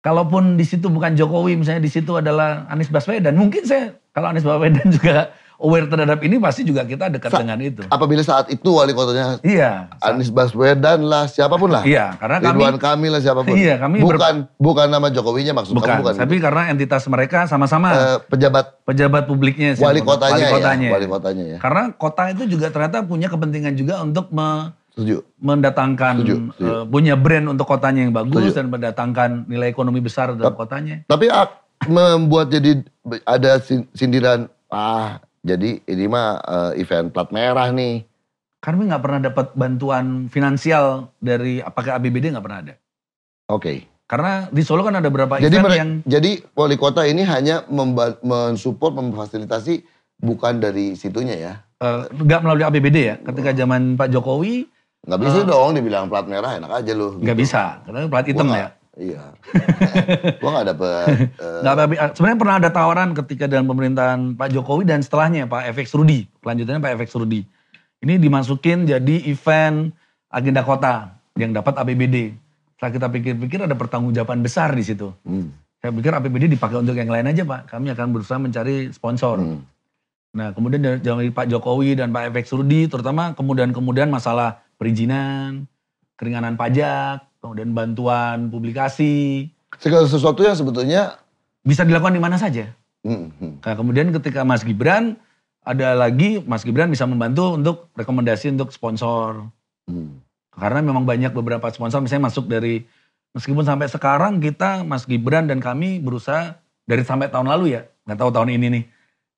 Speaker 1: Kalaupun di situ bukan Jokowi, misalnya di situ adalah Anies Baswedan, mungkin saya kalau Anies Baswedan juga aware terhadap ini pasti juga kita dekat
Speaker 2: Sa-
Speaker 1: dengan itu.
Speaker 2: apabila saat itu wali kotanya
Speaker 1: Iya, sa-
Speaker 2: Anies Baswedan lah siapapun lah
Speaker 1: iya, karena kami
Speaker 2: Ridwan Kamil lah siapapun
Speaker 1: Iya, kami ber-
Speaker 2: bukan bukan nama Jokowinya maksud
Speaker 1: bukan,
Speaker 2: kamu bukan
Speaker 1: tapi karena entitas mereka sama-sama
Speaker 2: Eh, pejabat
Speaker 1: pejabat publiknya, sih,
Speaker 2: wali
Speaker 1: bukan-
Speaker 2: kotanya,
Speaker 1: wali kotanya.
Speaker 2: ya wali kotanya ya
Speaker 1: Karena kota itu juga ternyata punya kepentingan juga untuk me-
Speaker 2: setuju
Speaker 1: mendatangkan
Speaker 2: Setuju, setuju.
Speaker 1: eh, punya brand untuk kotanya yang bagus
Speaker 2: Setuju.
Speaker 1: dan mendatangkan nilai ekonomi besar dalam kotanya.
Speaker 2: tapi ak- membuat jadi ada sin- sindiran ah jadi ini mah eh, event plat merah nih
Speaker 1: Kami nggak pernah dapat bantuan finansial dari apakah ABBD nggak pernah ada.
Speaker 2: oke
Speaker 1: Karena di Solo kan ada beberapa
Speaker 2: jadi
Speaker 1: event
Speaker 2: mere-
Speaker 1: yang
Speaker 2: jadi wali kota ini hanya memba- mensupport memfasilitasi bukan dari situnya ya
Speaker 1: eh, nggak melalui ABBD ya.
Speaker 2: Oh.
Speaker 1: Ketika zaman Pak Jokowi
Speaker 2: nggak bisa dong dibilang plat merah enak aja loh
Speaker 1: Ah. nggak bisa, karena pelat hitam
Speaker 2: Gua
Speaker 1: ya.
Speaker 2: nggak- Iya. gua nggak dapet. eh,
Speaker 1: Nggak apa- sebenarnya pernah ada tawaran ketika dalam pemerintahan Pak Jokowi dan setelahnya Pak FX Rudi. Kelanjutannya Pak FX Rudi. Ini dimasukin jadi event agenda kota yang dapat APBD. Setelah kita pikir-pikir ada pertanggungjawaban besar di situ.
Speaker 2: hmm,
Speaker 1: Saya pikir APBD dipakai untuk yang lain aja Pak. Kami akan berusaha mencari sponsor.
Speaker 2: hmm.
Speaker 1: Nah kemudian dari dari Pak Jokowi dan Pak FX Rudi terutama kemudian-kemudian masalah perizinan, keringanan pajak, kemudian bantuan publikasi.
Speaker 2: Segala sesuatu yang sebetulnya
Speaker 1: Bisa dilakukan di mana saja.
Speaker 2: hmm, hmm.
Speaker 1: Nah, kemudian ketika Mas Gibran ada lagi Mas Gibran bisa membantu untuk rekomendasi untuk sponsor.
Speaker 2: hmm.
Speaker 1: Karena memang banyak beberapa sponsor misalnya masuk dari meskipun sampai sekarang kita Mas Gibran dan kami berusaha dari sampai tahun lalu ya, nggak tahu tahun ini nih.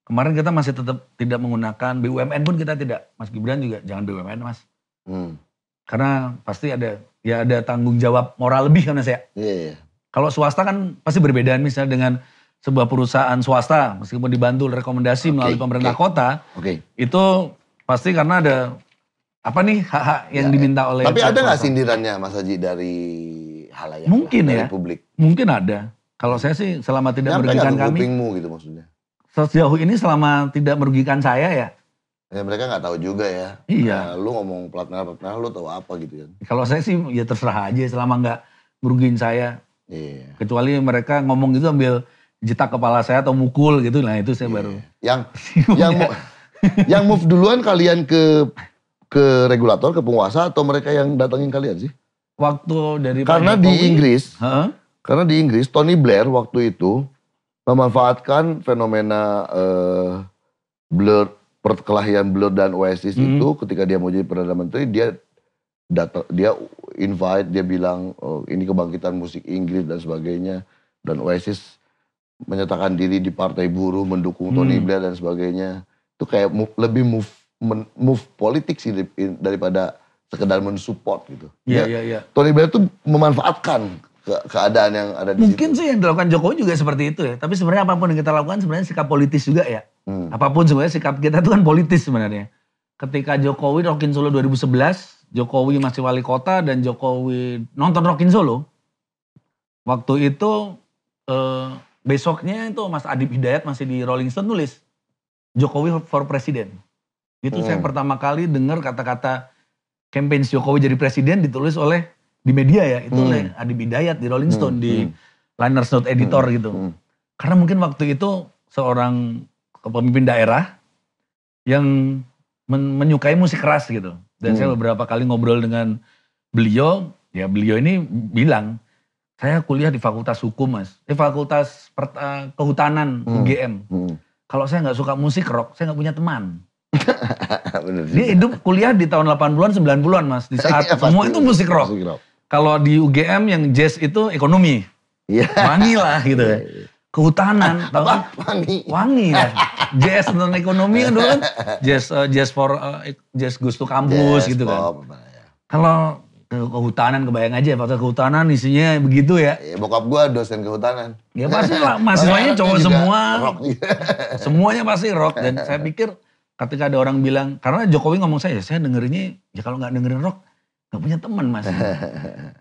Speaker 1: Kemarin kita masih tetap tidak menggunakan BUMN pun kita tidak. Mas Gibran juga jangan BUMN, Mas.
Speaker 2: hmm.
Speaker 1: Karena pasti ada ya ada tanggung jawab moral lebih kan, ya. karena saya.
Speaker 2: Iya, iya.
Speaker 1: Kalau swasta kan pasti berbeda misalnya dengan sebuah perusahaan swasta meskipun dibantu oleh rekomendasi melalui pemerintah kota
Speaker 2: Oke.
Speaker 1: itu pasti karena ada apa nih hak-hak yang diminta oleh
Speaker 2: Ya, Tapi
Speaker 1: pihak
Speaker 2: ada nggak
Speaker 1: swasta.
Speaker 2: sindirannya Mas Haji dari halayak?
Speaker 1: Mungkin
Speaker 2: dari
Speaker 1: ya.
Speaker 2: publik. Ya,
Speaker 1: Mungkin ada. Kalau saya sih selama tidak
Speaker 2: Nyampe nggak
Speaker 1: merugikan
Speaker 2: ke
Speaker 1: kami,
Speaker 2: kupingmu gitu maksudnya?
Speaker 1: sejauh ini selama tidak merugikan saya ya,
Speaker 2: Ya mereka nggak tahu juga ya.
Speaker 1: Iya.
Speaker 2: Nah, lu ngomong plat merah plat merah lu tahu apa gitu kan?
Speaker 1: kalau saya sih ya terserah aja selama nggak merugiin saya.
Speaker 2: Iya.
Speaker 1: Kecuali mereka ngomong gitu ambil jetak kepala saya atau mukul gitu, nah itu saya baru. ya.
Speaker 2: Yang Iya, yang mo- yang move duluan kalian ke ke regulator, ke penguasa atau mereka yang datangin kalian sih?
Speaker 1: Waktu dari Pak
Speaker 2: Karena di
Speaker 1: Jokowi-
Speaker 2: Inggris,
Speaker 1: Heeh.
Speaker 2: Karena di Inggris Tony Blair waktu itu memanfaatkan fenomena eh, blur perkelahian blur dan Oasis
Speaker 1: Mhm.
Speaker 2: itu ketika dia mau jadi perdana menteri dia data, dia invite dia bilang "Oh, ini kebangkitan musik Inggris dan sebagainya dan Oasis menyatakan diri di partai buruh mendukung Tony
Speaker 1: Hmm.
Speaker 2: Blair dan sebagainya itu kayak move- lebih move men- move politik sih di- daripada sekedar mensupport gitu.
Speaker 1: Iya,
Speaker 2: Dia-
Speaker 1: iya, iya.
Speaker 2: Tony Blair tuh memanfaatkan ke- keadaan yang ada di
Speaker 1: Mungkin
Speaker 2: situ.
Speaker 1: sih yang dilakukan Jokowi juga seperti itu ya. Tapi sebenarnya apapun yang kita lakukan sebenarnya sikap politis juga ya.
Speaker 2: Hmm.
Speaker 1: Apapun sebenarnya sikap kita itu kan politis sebenarnya. Ketika Jokowi Rokin Solo 2011, Jokowi masih wali kota dan Jokowi nonton Rokin Solo. Waktu itu eh, besoknya itu Mas Adib Hidayat masih di Rolling Stone nulis Jokowi for President. Itu saya
Speaker 2: Hmm.
Speaker 1: pertama kali dengar kata-kata campaign Jokowi jadi presiden ditulis oleh di media ya, itu
Speaker 2: Hmm.
Speaker 1: oleh Adib Hidayat di Rolling Stone
Speaker 2: Hmm,
Speaker 1: di
Speaker 2: hmm.
Speaker 1: Liners Note editor gitu.
Speaker 2: Hmm.
Speaker 1: Karena mungkin waktu itu seorang pemimpin daerah yang men- menyukai musik keras gitu. Dan
Speaker 2: Hmm.
Speaker 1: saya beberapa kali ngobrol dengan beliau, ya beliau ini bilang, saya kuliah di Fakultas Hukum mas, di Fakultas Pert- eh, Kehutanan
Speaker 2: Hmm.
Speaker 1: UGM.
Speaker 2: Hmm.
Speaker 1: Kalau saya nggak suka musik rock, saya nggak punya teman.
Speaker 2: Ah, Bener sih.
Speaker 1: Dia hidup kuliah di tahun 80-an, 90-an mas. Di saat
Speaker 2: Iya, pasti.
Speaker 1: semua itu musik rock.
Speaker 2: Musik rock.
Speaker 1: Kalau di UGM yang jazz itu ekonomi,
Speaker 2: Iya.
Speaker 1: wangi lah gitu ya. Kehutanan. kan? tahun-
Speaker 2: Ah, Apa? Wangi.
Speaker 1: wangi ya. jazz tentang ekonomi kan dulu kan jazz eh, jazz for eh, jazz gusto kampus
Speaker 2: Jazz,
Speaker 1: gitu kan.
Speaker 2: pop, apa ya.
Speaker 1: Kalau ke kehutanan kebayang aja ya, faktor kehutanan isinya begitu ya.
Speaker 2: Iya, Bokap gua dosen kehutanan.
Speaker 1: Ya pasti lah mahasiswanya
Speaker 2: Anak-anaknya
Speaker 1: cowok
Speaker 2: juga
Speaker 1: semua.
Speaker 2: Rock gitu. juga.
Speaker 1: Semuanya pasti rock dan saya pikir ketika ada orang bilang karena Jokowi ngomong saya saya dengerinnya ya kalau nggak dengerin rock nggak punya teman mas.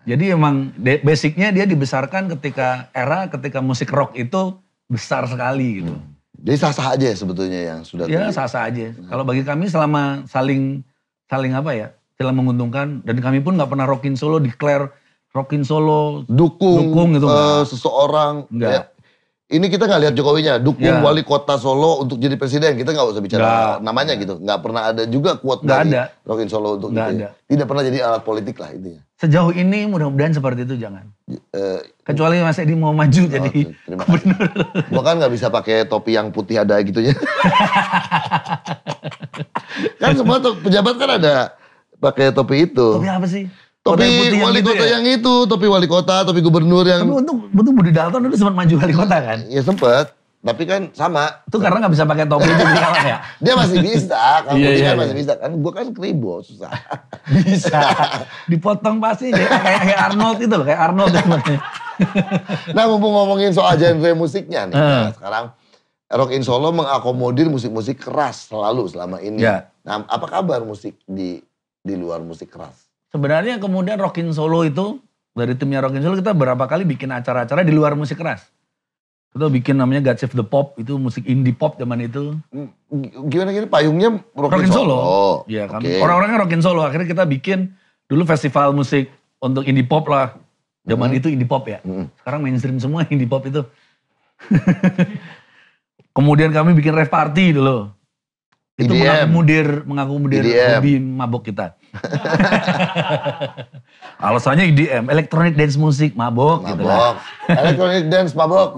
Speaker 1: Jadi emang de- basicnya dia dibesarkan ketika era ketika musik rock itu besar sekali gitu.
Speaker 2: Jadi sah-sah aja sebetulnya yang sudah
Speaker 1: Ya
Speaker 2: tadi.
Speaker 1: sah-sah aja. Kalau bagi kami selama saling saling apa ya, saling menguntungkan dan kami pun nggak pernah rockin solo, declare rockin solo.
Speaker 2: dukung,
Speaker 1: Dukung gitu,
Speaker 2: eh,
Speaker 1: enggak.
Speaker 2: seseorang.
Speaker 1: Enggak.
Speaker 2: Ya, ini kita nggak lihat Jokowinya dukung
Speaker 1: Ya.
Speaker 2: wali kota Solo untuk jadi presiden. Kita nggak usah bicara
Speaker 1: Enggak.
Speaker 2: namanya gitu. Nggak pernah ada juga kuat
Speaker 1: Nggak
Speaker 2: dari
Speaker 1: ada.
Speaker 2: Rockin Solo untuk
Speaker 1: Nggak
Speaker 2: itu ya. Tidak pernah jadi alat politik lah intinya.
Speaker 1: Sejauh ini mudah-mudahan seperti itu jangan.
Speaker 2: Eh,
Speaker 1: Kecuali Mas Edi mau maju jadi
Speaker 2: terima kasih.
Speaker 1: gubernur.
Speaker 2: Gua kan nggak bisa pakai topi yang putih ada gitu gitunya. kan semua to- pejabat kan ada pakai topi itu.
Speaker 1: Tapi apa sih?
Speaker 2: Topi
Speaker 1: Kotak putih yang
Speaker 2: wali
Speaker 1: gitu
Speaker 2: kota
Speaker 1: ya?
Speaker 2: yang itu, topi wali kota, topi gubernur
Speaker 1: Tapi
Speaker 2: yang
Speaker 1: untung, untung Budi Dalton dulu sempat maju wali kota kan.
Speaker 2: ya sempet. Tapi kan sama.
Speaker 1: Itu karena nggak bisa pakai topi itu jadi kalah ya.
Speaker 2: Dia masih bisa, kan
Speaker 1: Iya,
Speaker 2: Budi
Speaker 1: iya,
Speaker 2: kan
Speaker 1: iya.
Speaker 2: masih bisa kan. Gua kan kribo susah.
Speaker 1: Bisa. Dipotong pasti jadi kayak, kayak Arnold itu loh, kayak Arnold.
Speaker 2: nah, mumpung ngomongin soal genre musiknya nih.
Speaker 1: Heeh.
Speaker 2: nah, sekarang Rock in Solo mengakomodir musik-musik keras selalu selama ini.
Speaker 1: Ya.
Speaker 2: Nah, apa kabar musik di di luar musik keras?
Speaker 1: Sebenarnya kemudian Rockin Solo itu dari timnya Rockin Solo kita berapa kali bikin acara-acara di luar musik keras. Kita bikin namanya God Save the Pop itu musik indie pop zaman itu.
Speaker 2: gimana gini payungnya
Speaker 1: Rockin
Speaker 2: Rockin
Speaker 1: Solo.
Speaker 2: Oh,
Speaker 1: Iya, kami
Speaker 2: oke.
Speaker 1: orang-orangnya Rockin Solo. Akhirnya kita bikin dulu festival musik untuk indie pop lah. Zaman itu indie pop ya.
Speaker 2: Hmm.
Speaker 1: Sekarang mainstream semua indie pop itu. Kemudian kami bikin rave party dulu. Itu
Speaker 2: EDM.
Speaker 1: mengakomodir mengakomodir
Speaker 2: EDM.
Speaker 1: hobi mabok kita. Alasannya EDM, electronic dance music, mabok, gitu lah. Eh.
Speaker 2: Mabok. Electronic dance mabok.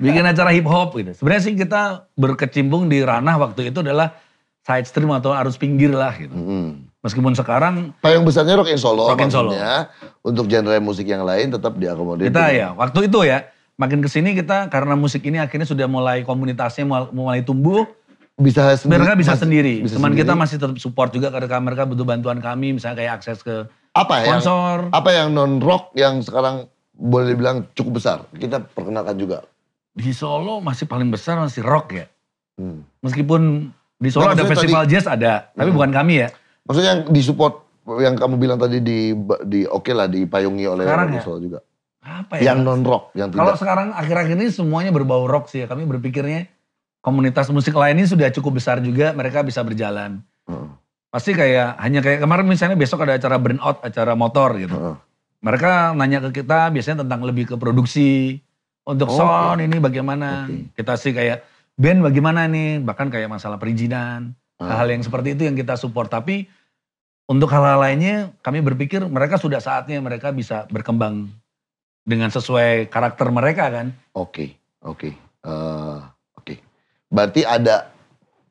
Speaker 1: Bikin acara hip hop gitu. Sebenarnya sih kita berkecimpung di ranah waktu itu adalah side stream atau arus pinggir lah gitu.
Speaker 2: Hmm.
Speaker 1: Meskipun sekarang
Speaker 2: Payung besarnya rock in solo
Speaker 1: Rock in Solo.
Speaker 2: maksudnya. Untuk genre musik yang lain tetap diakomodir.
Speaker 1: kita ya waktu itu ya makin kesini kita karena musik ini akhirnya sudah mulai komunitasnya mul- mulai tumbuh.
Speaker 2: Bisa sendiri.
Speaker 1: Mereka bisa
Speaker 2: mas-
Speaker 1: sendiri.
Speaker 2: Bisa
Speaker 1: Cuman
Speaker 2: sendiri.
Speaker 1: kita masih tetap support juga karena mereka butuh bantuan kami misalnya kayak akses ke
Speaker 2: apa ya yang
Speaker 1: sponsor.
Speaker 2: apa yang non rock yang sekarang boleh dibilang cukup besar. Kita perkenalkan juga.
Speaker 1: Di Solo masih paling besar masih rock ya.
Speaker 2: Hmm.
Speaker 1: Meskipun di Solo
Speaker 2: Nah,
Speaker 1: ada
Speaker 2: maksudnya Hmm.
Speaker 1: festival jazz ada, tapi bukan kami ya.
Speaker 2: Maksudnya yang disupport yang kamu bilang tadi di di oke lah dipayungi oleh
Speaker 1: Sekarang
Speaker 2: Radio
Speaker 1: ya?
Speaker 2: Solo juga.
Speaker 1: Apa ya?
Speaker 2: Yang non rock, yang
Speaker 1: Kalau
Speaker 2: tidak.
Speaker 1: sekarang akhir-akhir ini semuanya berbau rock sih ya. Kami berpikirnya komunitas musik lain ini sudah cukup besar juga, mereka bisa berjalan.
Speaker 2: Heeh,
Speaker 1: Pasti kayak hanya kayak kemarin misalnya besok ada acara burnout, acara motor gitu.
Speaker 2: heeh.
Speaker 1: Mereka nanya ke kita biasanya tentang lebih ke produksi. Untuk
Speaker 2: Oh,
Speaker 1: sound ini bagaimana? Kita sih kayak band bagaimana nih? Bahkan kayak masalah perizinan.
Speaker 2: Ah.
Speaker 1: Hal-hal yang seperti itu yang kita support. Tapi untuk hal-hal lainnya kami berpikir mereka sudah saatnya mereka bisa berkembang dengan sesuai karakter mereka kan.
Speaker 2: Oke, oke, eh, oke. Berarti ada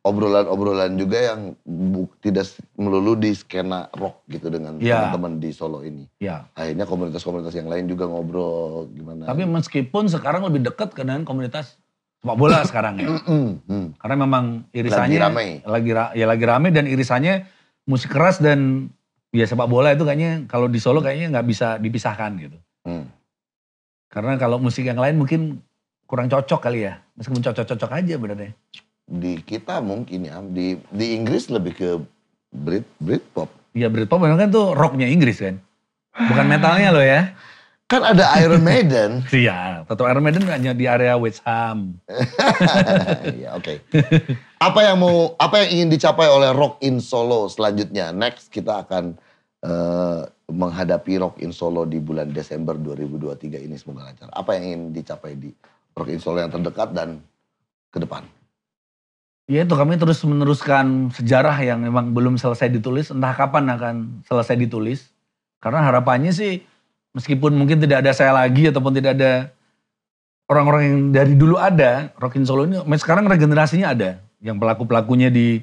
Speaker 2: obrolan-obrolan juga yang bu- tidak s- melulu di skena rock gitu dengan
Speaker 1: Ya.
Speaker 2: teman-teman di Solo ini.
Speaker 1: Ya.
Speaker 2: Akhirnya komunitas-komunitas yang lain juga ngobrol gimana.
Speaker 1: Tapi meskipun sekarang lebih dekat ke dengan komunitas sepak bola sekarang ya.
Speaker 2: Mm-mm, mm.
Speaker 1: Karena memang irisannya
Speaker 2: Lagi ramai.
Speaker 1: lagi ra- ya lagi rame dan irisannya musik keras dan ya sepak bola itu kayaknya kalau di Solo kayaknya nggak bisa dipisahkan gitu.
Speaker 2: Hmm.
Speaker 1: Karena kalau musik yang lain mungkin kurang cocok kali ya. Meskipun cocok-cocok aja benernya.
Speaker 2: Di kita mungkin ya, di di Inggris lebih ke Brit Britpop.
Speaker 1: Ya Britpop memang kan tuh rocknya Inggris kan. Bukan metalnya loh ya.
Speaker 2: Kan ada Iron Maiden.
Speaker 1: Iya. Tato Iron Maiden hanya di area West Ham.
Speaker 2: ya, oke. Apa yang mau apa yang ingin dicapai oleh Rock in Solo selanjutnya? Next kita akan eh, menghadapi Rock in Solo di bulan Desember 2023 ini semoga lancar. Apa yang ingin dicapai di Rock in Solo yang terdekat dan ke depan?
Speaker 1: Ya itu kami terus meneruskan sejarah yang memang belum selesai ditulis, entah kapan akan selesai ditulis. Karena harapannya sih, meskipun mungkin tidak ada saya lagi ataupun tidak ada orang-orang yang dari dulu ada, Rockin Solo ini sekarang regenerasinya ada. Yang pelaku-pelakunya di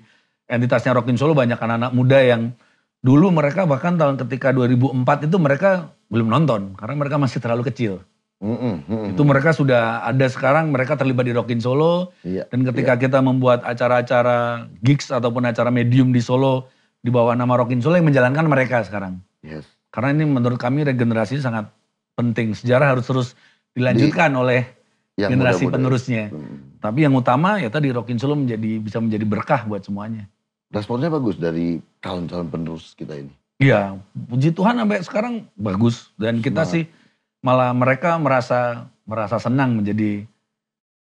Speaker 1: entitasnya Rockin Solo banyak anak-anak muda yang dulu mereka bahkan tahun ketika 2004 itu mereka belum nonton karena mereka masih terlalu kecil.
Speaker 2: Mm-mm, mm-mm.
Speaker 1: Itu mereka sudah ada sekarang, mereka terlibat di Rockin Solo.
Speaker 2: Iya.
Speaker 1: Dan ketika kita membuat acara-acara gigs ataupun acara medium di Solo di bawah nama Rockin Solo yang menjalankan mereka sekarang.
Speaker 2: Yes.
Speaker 1: Karena ini menurut kami regenerasi sangat penting. Sejarah harus terus dilanjutkan oleh
Speaker 2: Yang
Speaker 1: generasi ya.
Speaker 2: muda-muda.
Speaker 1: penerusnya.
Speaker 2: Mm.
Speaker 1: Tapi yang utama ya tadi Rockin Solo menjadi bisa menjadi berkah buat semuanya.
Speaker 2: Responnya bagus dari calon-calon penerus kita ini.
Speaker 1: Iya, puji Tuhan sampai sekarang bagus dan kita
Speaker 2: Nah.
Speaker 1: sih malah mereka merasa merasa senang menjadi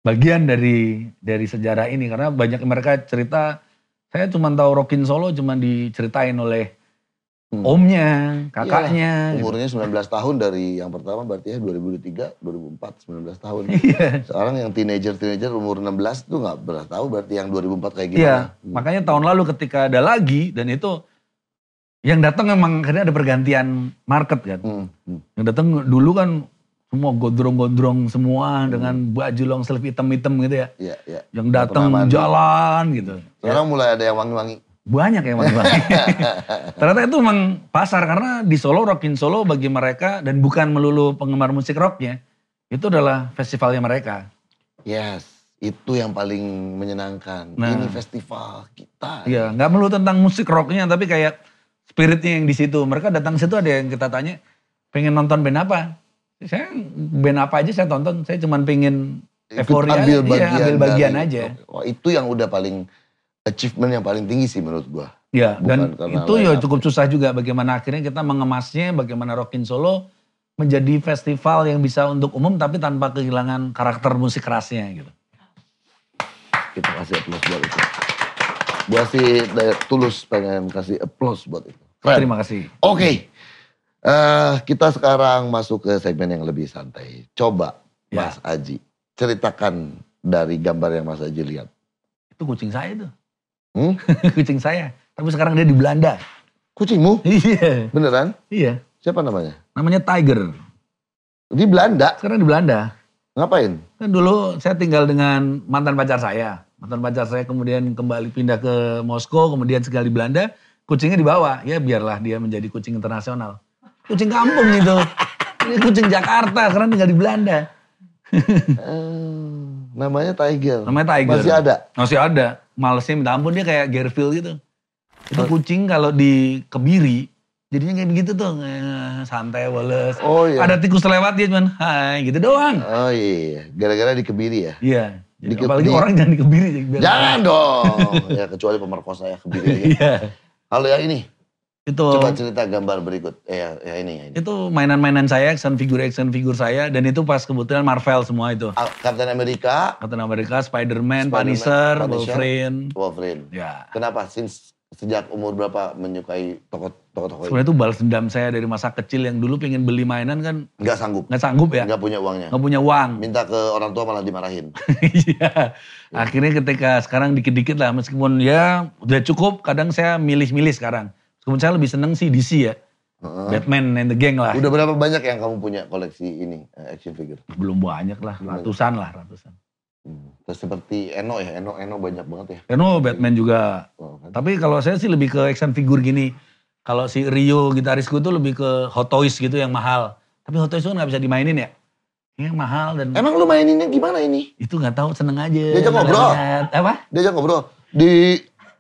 Speaker 1: bagian dari dari sejarah ini karena banyak mereka cerita saya cuma tahu Rockin Solo cuma diceritain oleh
Speaker 2: Hmm. Oh,
Speaker 1: omnya, kakaknya. gitu.
Speaker 2: Umurnya 19 tahun dari yang pertama berarti ya 2003, 2004, 19 tahun.
Speaker 1: Iya.
Speaker 2: Sekarang yang teenager-teenager umur 16 tuh nggak pernah tahu berarti yang 2004 kayak gimana.
Speaker 1: Iya,
Speaker 2: Hmm.
Speaker 1: makanya tahun lalu ketika ada lagi dan itu yang datang emang akhirnya ada pergantian market kan.
Speaker 2: Hmm, hmm.
Speaker 1: Yang datang dulu kan semua gondrong-gondrong semua dengan
Speaker 2: Hmm.
Speaker 1: baju long sleeve hitam-hitam gitu ya.
Speaker 2: Iya, iya.
Speaker 1: Yang datang
Speaker 2: Pernah mandi.
Speaker 1: jalan gitu.
Speaker 2: Sekarang mulai ada yang wangi-wangi.
Speaker 1: Banyak ya mas Bang. Ternyata itu emang pasar karena di Solo Rockin Solo bagi mereka dan bukan melulu penggemar musik rocknya. Itu adalah festivalnya mereka.
Speaker 2: Yes, itu yang paling menyenangkan.
Speaker 1: Nah.
Speaker 2: Ini festival kita.
Speaker 1: Iya, nggak melulu tentang musik rocknya tapi kayak spiritnya yang di situ. Mereka datang situ ada yang kita tanya, pengen nonton band apa? Saya band apa aja saya tonton, saya cuman pengen
Speaker 2: Ikut
Speaker 1: euforia
Speaker 2: ambil
Speaker 1: aja, iya,
Speaker 2: bagian,
Speaker 1: ambil bagian
Speaker 2: dari-
Speaker 1: aja.
Speaker 2: Oh, itu yang udah paling achievement yang paling tinggi sih menurut gua.
Speaker 1: Ya, dan
Speaker 2: Bukan karena
Speaker 1: itu
Speaker 2: line
Speaker 1: ya
Speaker 2: up.
Speaker 1: cukup susah juga bagaimana akhirnya kita mengemasnya, bagaimana Rockin Solo menjadi festival yang bisa untuk umum tapi tanpa kehilangan karakter musik kerasnya gitu.
Speaker 2: Kita kasih applause buat itu. Gua sih dari tulus pengen kasih applause buat itu. Keren.
Speaker 1: Terima kasih.
Speaker 2: Oke, Eh, kita sekarang masuk ke segmen yang lebih santai. Coba
Speaker 1: Ya.
Speaker 2: Mas Aji ceritakan dari gambar yang Mas Aji lihat.
Speaker 1: Itu kucing saya tuh.
Speaker 2: Hmm?
Speaker 1: kucing saya. Tapi sekarang dia di Belanda.
Speaker 2: Kucingmu
Speaker 1: Iya.
Speaker 2: beneran?
Speaker 1: Iya.
Speaker 2: Siapa namanya?
Speaker 1: Namanya Tiger.
Speaker 2: Di Belanda
Speaker 1: Sekarang di Belanda.
Speaker 2: ngapain?
Speaker 1: Kan dulu saya tinggal dengan mantan pacar saya. Mantan pacar saya kemudian kembali pindah ke Moskow, kemudian sekali di Belanda, kucingnya dibawa. Ya biarlah dia menjadi kucing internasional. Kucing kampung itu. Ini kucing Jakarta karena tinggal di Belanda.
Speaker 2: Eh, namanya Tiger.
Speaker 1: Namanya Tiger.
Speaker 2: Masih ada.
Speaker 1: Masih ada. Malesnya minta ampun dia kayak Garfield gitu. Itu kucing kalau di kebiri, jadinya kayak begitu tuh eh, santai boles
Speaker 2: Oh, iya.
Speaker 1: ada tikus lewat dia cuman hai gitu doang
Speaker 2: Oh iya, gara-gara dikebiri ya.
Speaker 1: iya Jadi
Speaker 2: Dikit-
Speaker 1: apalagi
Speaker 2: di-
Speaker 1: orang jangan dikebiri biar-
Speaker 2: Jangan dong. ya kecuali pemerkosa ya kebiri.
Speaker 1: iya
Speaker 2: Halo yang ini,
Speaker 1: itu
Speaker 2: coba cerita gambar berikut. Eh, ya, ya ini, ya ini.
Speaker 1: itu mainan-mainan saya action figure action figure saya dan itu pas kebetulan Marvel semua itu
Speaker 2: Ah, Captain America,
Speaker 1: Captain America, Spider-Man,
Speaker 2: Spider-Man,
Speaker 1: Punisher,
Speaker 2: Punisher.
Speaker 1: Wolverine.
Speaker 2: Wolverine.
Speaker 1: Ya.
Speaker 2: Kenapa since sejak umur berapa menyukai tokoh tokoh ini?
Speaker 1: Sebenarnya itu balas dendam saya dari masa kecil yang dulu pengen beli mainan kan
Speaker 2: Nggak sanggup,
Speaker 1: nggak sanggup ya,
Speaker 2: nggak punya uangnya.
Speaker 1: nggak punya uang.
Speaker 2: Minta ke orang tua malah dimarahin.
Speaker 1: Iya. Akhirnya ketika sekarang dikit-dikit lah meskipun ya udah cukup kadang saya milih-milih sekarang. Meskipun saya lebih seneng sih DC ya.
Speaker 2: Heeh.
Speaker 1: Batman and the Gang lah.
Speaker 2: Udah berapa banyak yang kamu punya koleksi ini eh, action figure?
Speaker 1: Belum banyak lah, ratusan lah ratusan.
Speaker 2: Hmm. Terus seperti Eno ya, Eno Eno banyak banget ya.
Speaker 1: Karena Batman juga
Speaker 2: Oh, kan?
Speaker 1: Tapi kalau saya sih lebih ke action figure gini. Kalau si Rio gitarisku tuh lebih ke Hot Toys gitu yang mahal. Tapi Hot Toys itu kan nggak bisa dimainin ya. Yang mahal dan
Speaker 2: Emang lu maininnya gimana ini?
Speaker 1: itu nggak tahu seneng aja.
Speaker 2: Diajak ngobrol.
Speaker 1: Ngeliat. Apa?
Speaker 2: Diajak ngobrol di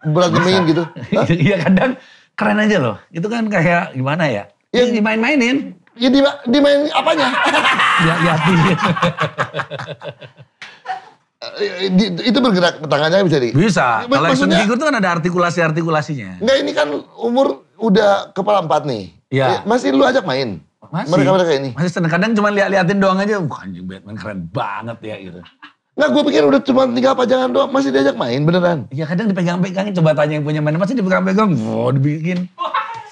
Speaker 2: berantem gitu. Hah?
Speaker 1: Iya kadang keren aja loh. Itu kan kayak gimana ya?
Speaker 2: Iya.
Speaker 1: Ini dimain-mainin.
Speaker 2: Ya di, di main apanya?
Speaker 1: Ya, ya,
Speaker 2: Eh, di- itu bergerak tangannya bisa di.
Speaker 1: bisa. Kalau action
Speaker 2: Maksudnya-
Speaker 1: figure tuh kan ada artikulasi-artikulasinya.
Speaker 2: Enggak ini kan umur udah kepala empat nih.
Speaker 1: Iya.
Speaker 2: Eh, Masih lu ajak main?
Speaker 1: Masih.
Speaker 2: Mereka-mereka ini.
Speaker 1: Masih seneng. Kadang cuma lihat-liatin doang aja. Wah anjing Batman keren banget ya gitu.
Speaker 2: Enggak, gue pikir udah cuma tiga pajangan doang, masih diajak main beneran.
Speaker 1: Ya kadang dipegang-pegangin, coba tanya yang punya mainan, masih dipegang-pegang, wow dibikin.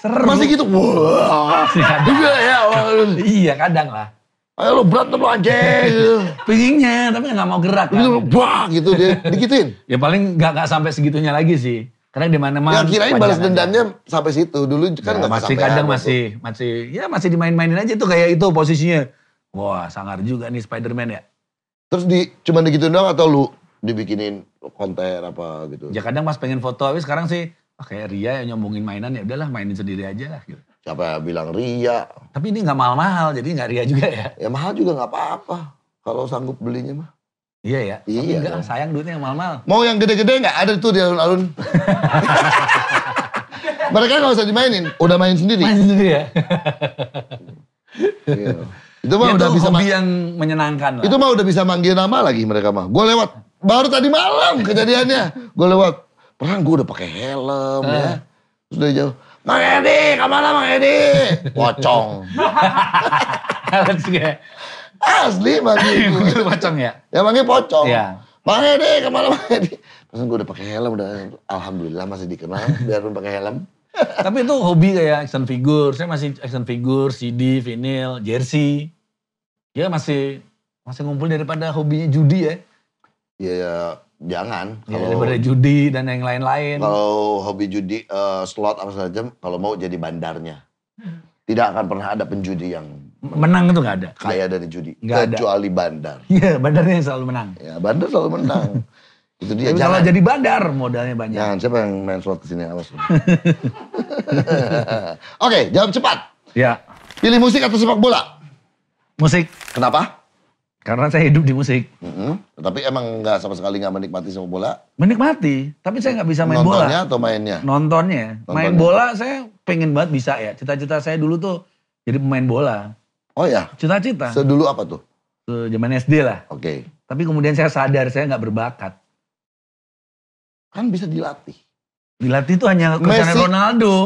Speaker 1: Seru.
Speaker 2: Masih gitu, wah. Juga ya, wah.
Speaker 1: Iya kadang lah.
Speaker 2: ayo lu berantem lu anjing.
Speaker 1: Pinginnya, tapi nggak mau gerak kan.
Speaker 2: Gitu, wah gitu dia, digituin.
Speaker 1: Ya paling nggak nggak sampai segitunya lagi sih. Karena di mana mana.
Speaker 2: Ya kirain balas dendamnya sampai situ, dulu kan nggak
Speaker 1: ya. masih
Speaker 2: kesampaian
Speaker 1: kadang
Speaker 2: gitu.
Speaker 1: masih masih ya masih dimain-mainin aja tuh kayak itu posisinya. Wah sangar juga nih Spider-Man ya.
Speaker 2: Terus di, cuma digituin doang atau lu dibikinin konten apa gitu?
Speaker 1: Ya kadang pas pengen foto, tapi sekarang sih ah, kayak Ria yang nyombongin mainan ya udahlah mainin sendiri aja lah. Gitu.
Speaker 2: Siapa yang bilang ria?
Speaker 1: Tapi ini nggak mahal-mahal, jadi nggak Ria juga ya.
Speaker 2: Ya mahal juga nggak apa-apa. Kalau sanggup belinya mah.
Speaker 1: Iya ya. Tapi
Speaker 2: Iya
Speaker 1: nggak
Speaker 2: dong.
Speaker 1: sayang duitnya yang mahal-mahal.
Speaker 2: Mau yang gede-gede nggak? Ada tuh di alun-alun. Mereka nggak usah dimainin, udah main sendiri.
Speaker 1: Main sendiri ya.
Speaker 2: Iya. Itu
Speaker 1: Ya, itu
Speaker 2: mah udah bisa
Speaker 1: hobi
Speaker 2: ma-
Speaker 1: yang menyenangkan lah.
Speaker 2: itu mah udah bisa manggil nama lagi mereka mah. Gue lewat baru tadi malam kejadiannya. Gue lewat perang gue udah pakai helm ya.
Speaker 1: Eh.
Speaker 2: Terus dari jauh. Mang Edi, kemana Mang Edi? Pocong.
Speaker 1: Alex juga.
Speaker 2: Asli manggil gue.
Speaker 1: Guru pocong ya.
Speaker 2: Ya manggil pocong.
Speaker 1: Iya.
Speaker 2: Mang Edi, kemana Mang Edi? Terus gue udah pakai helm udah. Alhamdulillah masih dikenal biarpun pakai helm.
Speaker 1: Tapi itu hobi kayak action figure. Saya masih action figure, CD, vinyl, jersey. Ya masih masih ngumpul daripada hobinya judi ya.
Speaker 2: Ya, ya jangan.
Speaker 1: Ya,
Speaker 2: Kalau
Speaker 1: daripada judi dan yang lain-lain.
Speaker 2: kalau hobi judi eh, slot apa segala macam, kalau mau jadi bandarnya. Tidak akan pernah ada penjudi yang
Speaker 1: Menang itu nggak ada.
Speaker 2: kaya dari judi.
Speaker 1: Nggak ada.
Speaker 2: kecuali bandar.
Speaker 1: Iya, bandarnya yang selalu menang.
Speaker 2: Ya bandar selalu menang. Itu dia
Speaker 1: Tapi kalau
Speaker 2: Ya, jangan.
Speaker 1: jadi bandar modalnya banyak.
Speaker 2: Jangan siapa yang main slot kesini awas. lu. Oke, jawab cepat.
Speaker 1: Ya,
Speaker 2: Pilih musik atau sepak bola?
Speaker 1: musik.
Speaker 2: Kenapa?
Speaker 1: Karena saya hidup di musik.
Speaker 2: Mm-mm. Tapi emang nggak sama sekali nggak menikmati sepak bola.
Speaker 1: Menikmati, tapi saya nggak bisa main bola.
Speaker 2: Nontonnya atau mainnya?
Speaker 1: Nontonnya. Main
Speaker 2: Nontonnya.
Speaker 1: bola saya pengen banget bisa ya. Cita-cita saya dulu tuh jadi pemain bola.
Speaker 2: Oh ya,
Speaker 1: Cita-cita.
Speaker 2: sedulu apa tuh?
Speaker 1: Ke zaman SD lah.
Speaker 2: Oke,
Speaker 1: Tapi kemudian saya sadar saya nggak berbakat.
Speaker 2: kan bisa dilatih.
Speaker 1: Dilatih itu hanya
Speaker 2: Messi.
Speaker 1: Cristiano Ronaldo.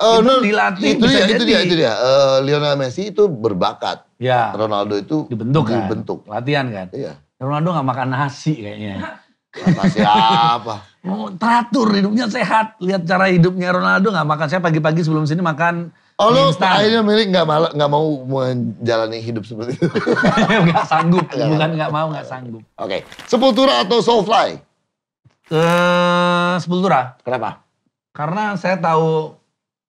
Speaker 2: Eh,
Speaker 1: Itu
Speaker 2: no,
Speaker 1: dilatih,
Speaker 2: itu
Speaker 1: bisa
Speaker 2: dia, itu
Speaker 1: jadi.
Speaker 2: dia, itu dia. Eh, Lionel Messi itu berbakat.
Speaker 1: Ya,
Speaker 2: Ronaldo itu
Speaker 1: dibentuk kan.
Speaker 2: Dibentuk.
Speaker 1: Latihan kan.
Speaker 2: Iya.
Speaker 1: Ronaldo nggak makan nasi kayaknya.
Speaker 2: Masih apa?
Speaker 1: Oh, teratur hidupnya sehat. Lihat cara hidupnya Ronaldo nggak makan. Saya pagi-pagi sebelum sini makan
Speaker 2: Oh
Speaker 1: mie
Speaker 2: lo
Speaker 1: instan.
Speaker 2: akhirnya milih nggak mal- nggak mau menjalani hidup seperti itu. Oke,
Speaker 1: nggak sanggup. Bukan nggak mau, nggak sanggup.
Speaker 2: Sepultura atau Soulfly?
Speaker 1: Eh, Sepultura.
Speaker 2: Kenapa?
Speaker 1: Karena saya tahu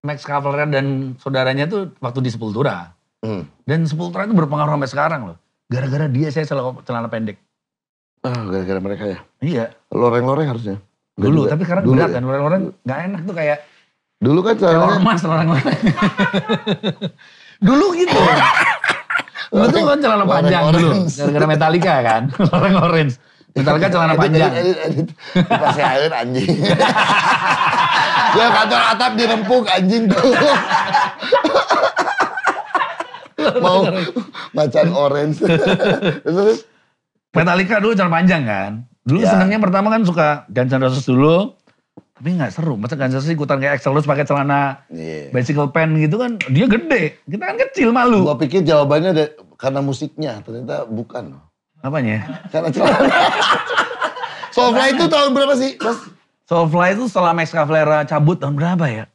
Speaker 1: Max Cavalera dan saudaranya tuh waktu di Sepultura.
Speaker 2: Hmm.
Speaker 1: Dan Sepultura itu berpengaruh sampai sekarang loh. Gara-gara dia saya selalu celana pendek.
Speaker 2: Ah, gara-gara mereka ya.
Speaker 1: Iya.
Speaker 2: Loreng-loreng harusnya. Nggak
Speaker 1: Dulu,
Speaker 2: juga.
Speaker 1: tapi sekarang
Speaker 2: dulu
Speaker 1: berat
Speaker 2: ya?
Speaker 1: kan. Orang-orang nggak enak tuh kayak
Speaker 2: Dulu kan
Speaker 1: kayak
Speaker 2: caranya
Speaker 1: ormas orang-orang. dulu gitu. Dulu tuh kan celana
Speaker 2: Orang-
Speaker 1: panjang
Speaker 2: orang
Speaker 1: dulu.
Speaker 2: orange.
Speaker 1: Gara-gara Metallica kan. Orang orange. Metallica celana panjang.
Speaker 2: Edit, edit, edit. Dipasih air anjing. ya kantor atap dirempuk anjing tuh. mau macan orange terus
Speaker 1: Metallica dulu jalan panjang kan. Dulu
Speaker 2: Ya.
Speaker 1: senangnya pertama kan suka Guns N' Roses dulu. Tapi nggak seru. Masa Guns N' Roses ikutan kayak Axl Rose pakai celana
Speaker 2: Iya.
Speaker 1: bicycle pen gitu kan. Dia gede. Kita kan kecil malu.
Speaker 2: gua pikir jawabannya ada- karena musiknya ternyata bukan
Speaker 1: Apanya?
Speaker 2: karena celana Sofla itu tahun berapa sih mas
Speaker 1: Soulfly itu setelah Max Cavalera cabut tahun berapa ya?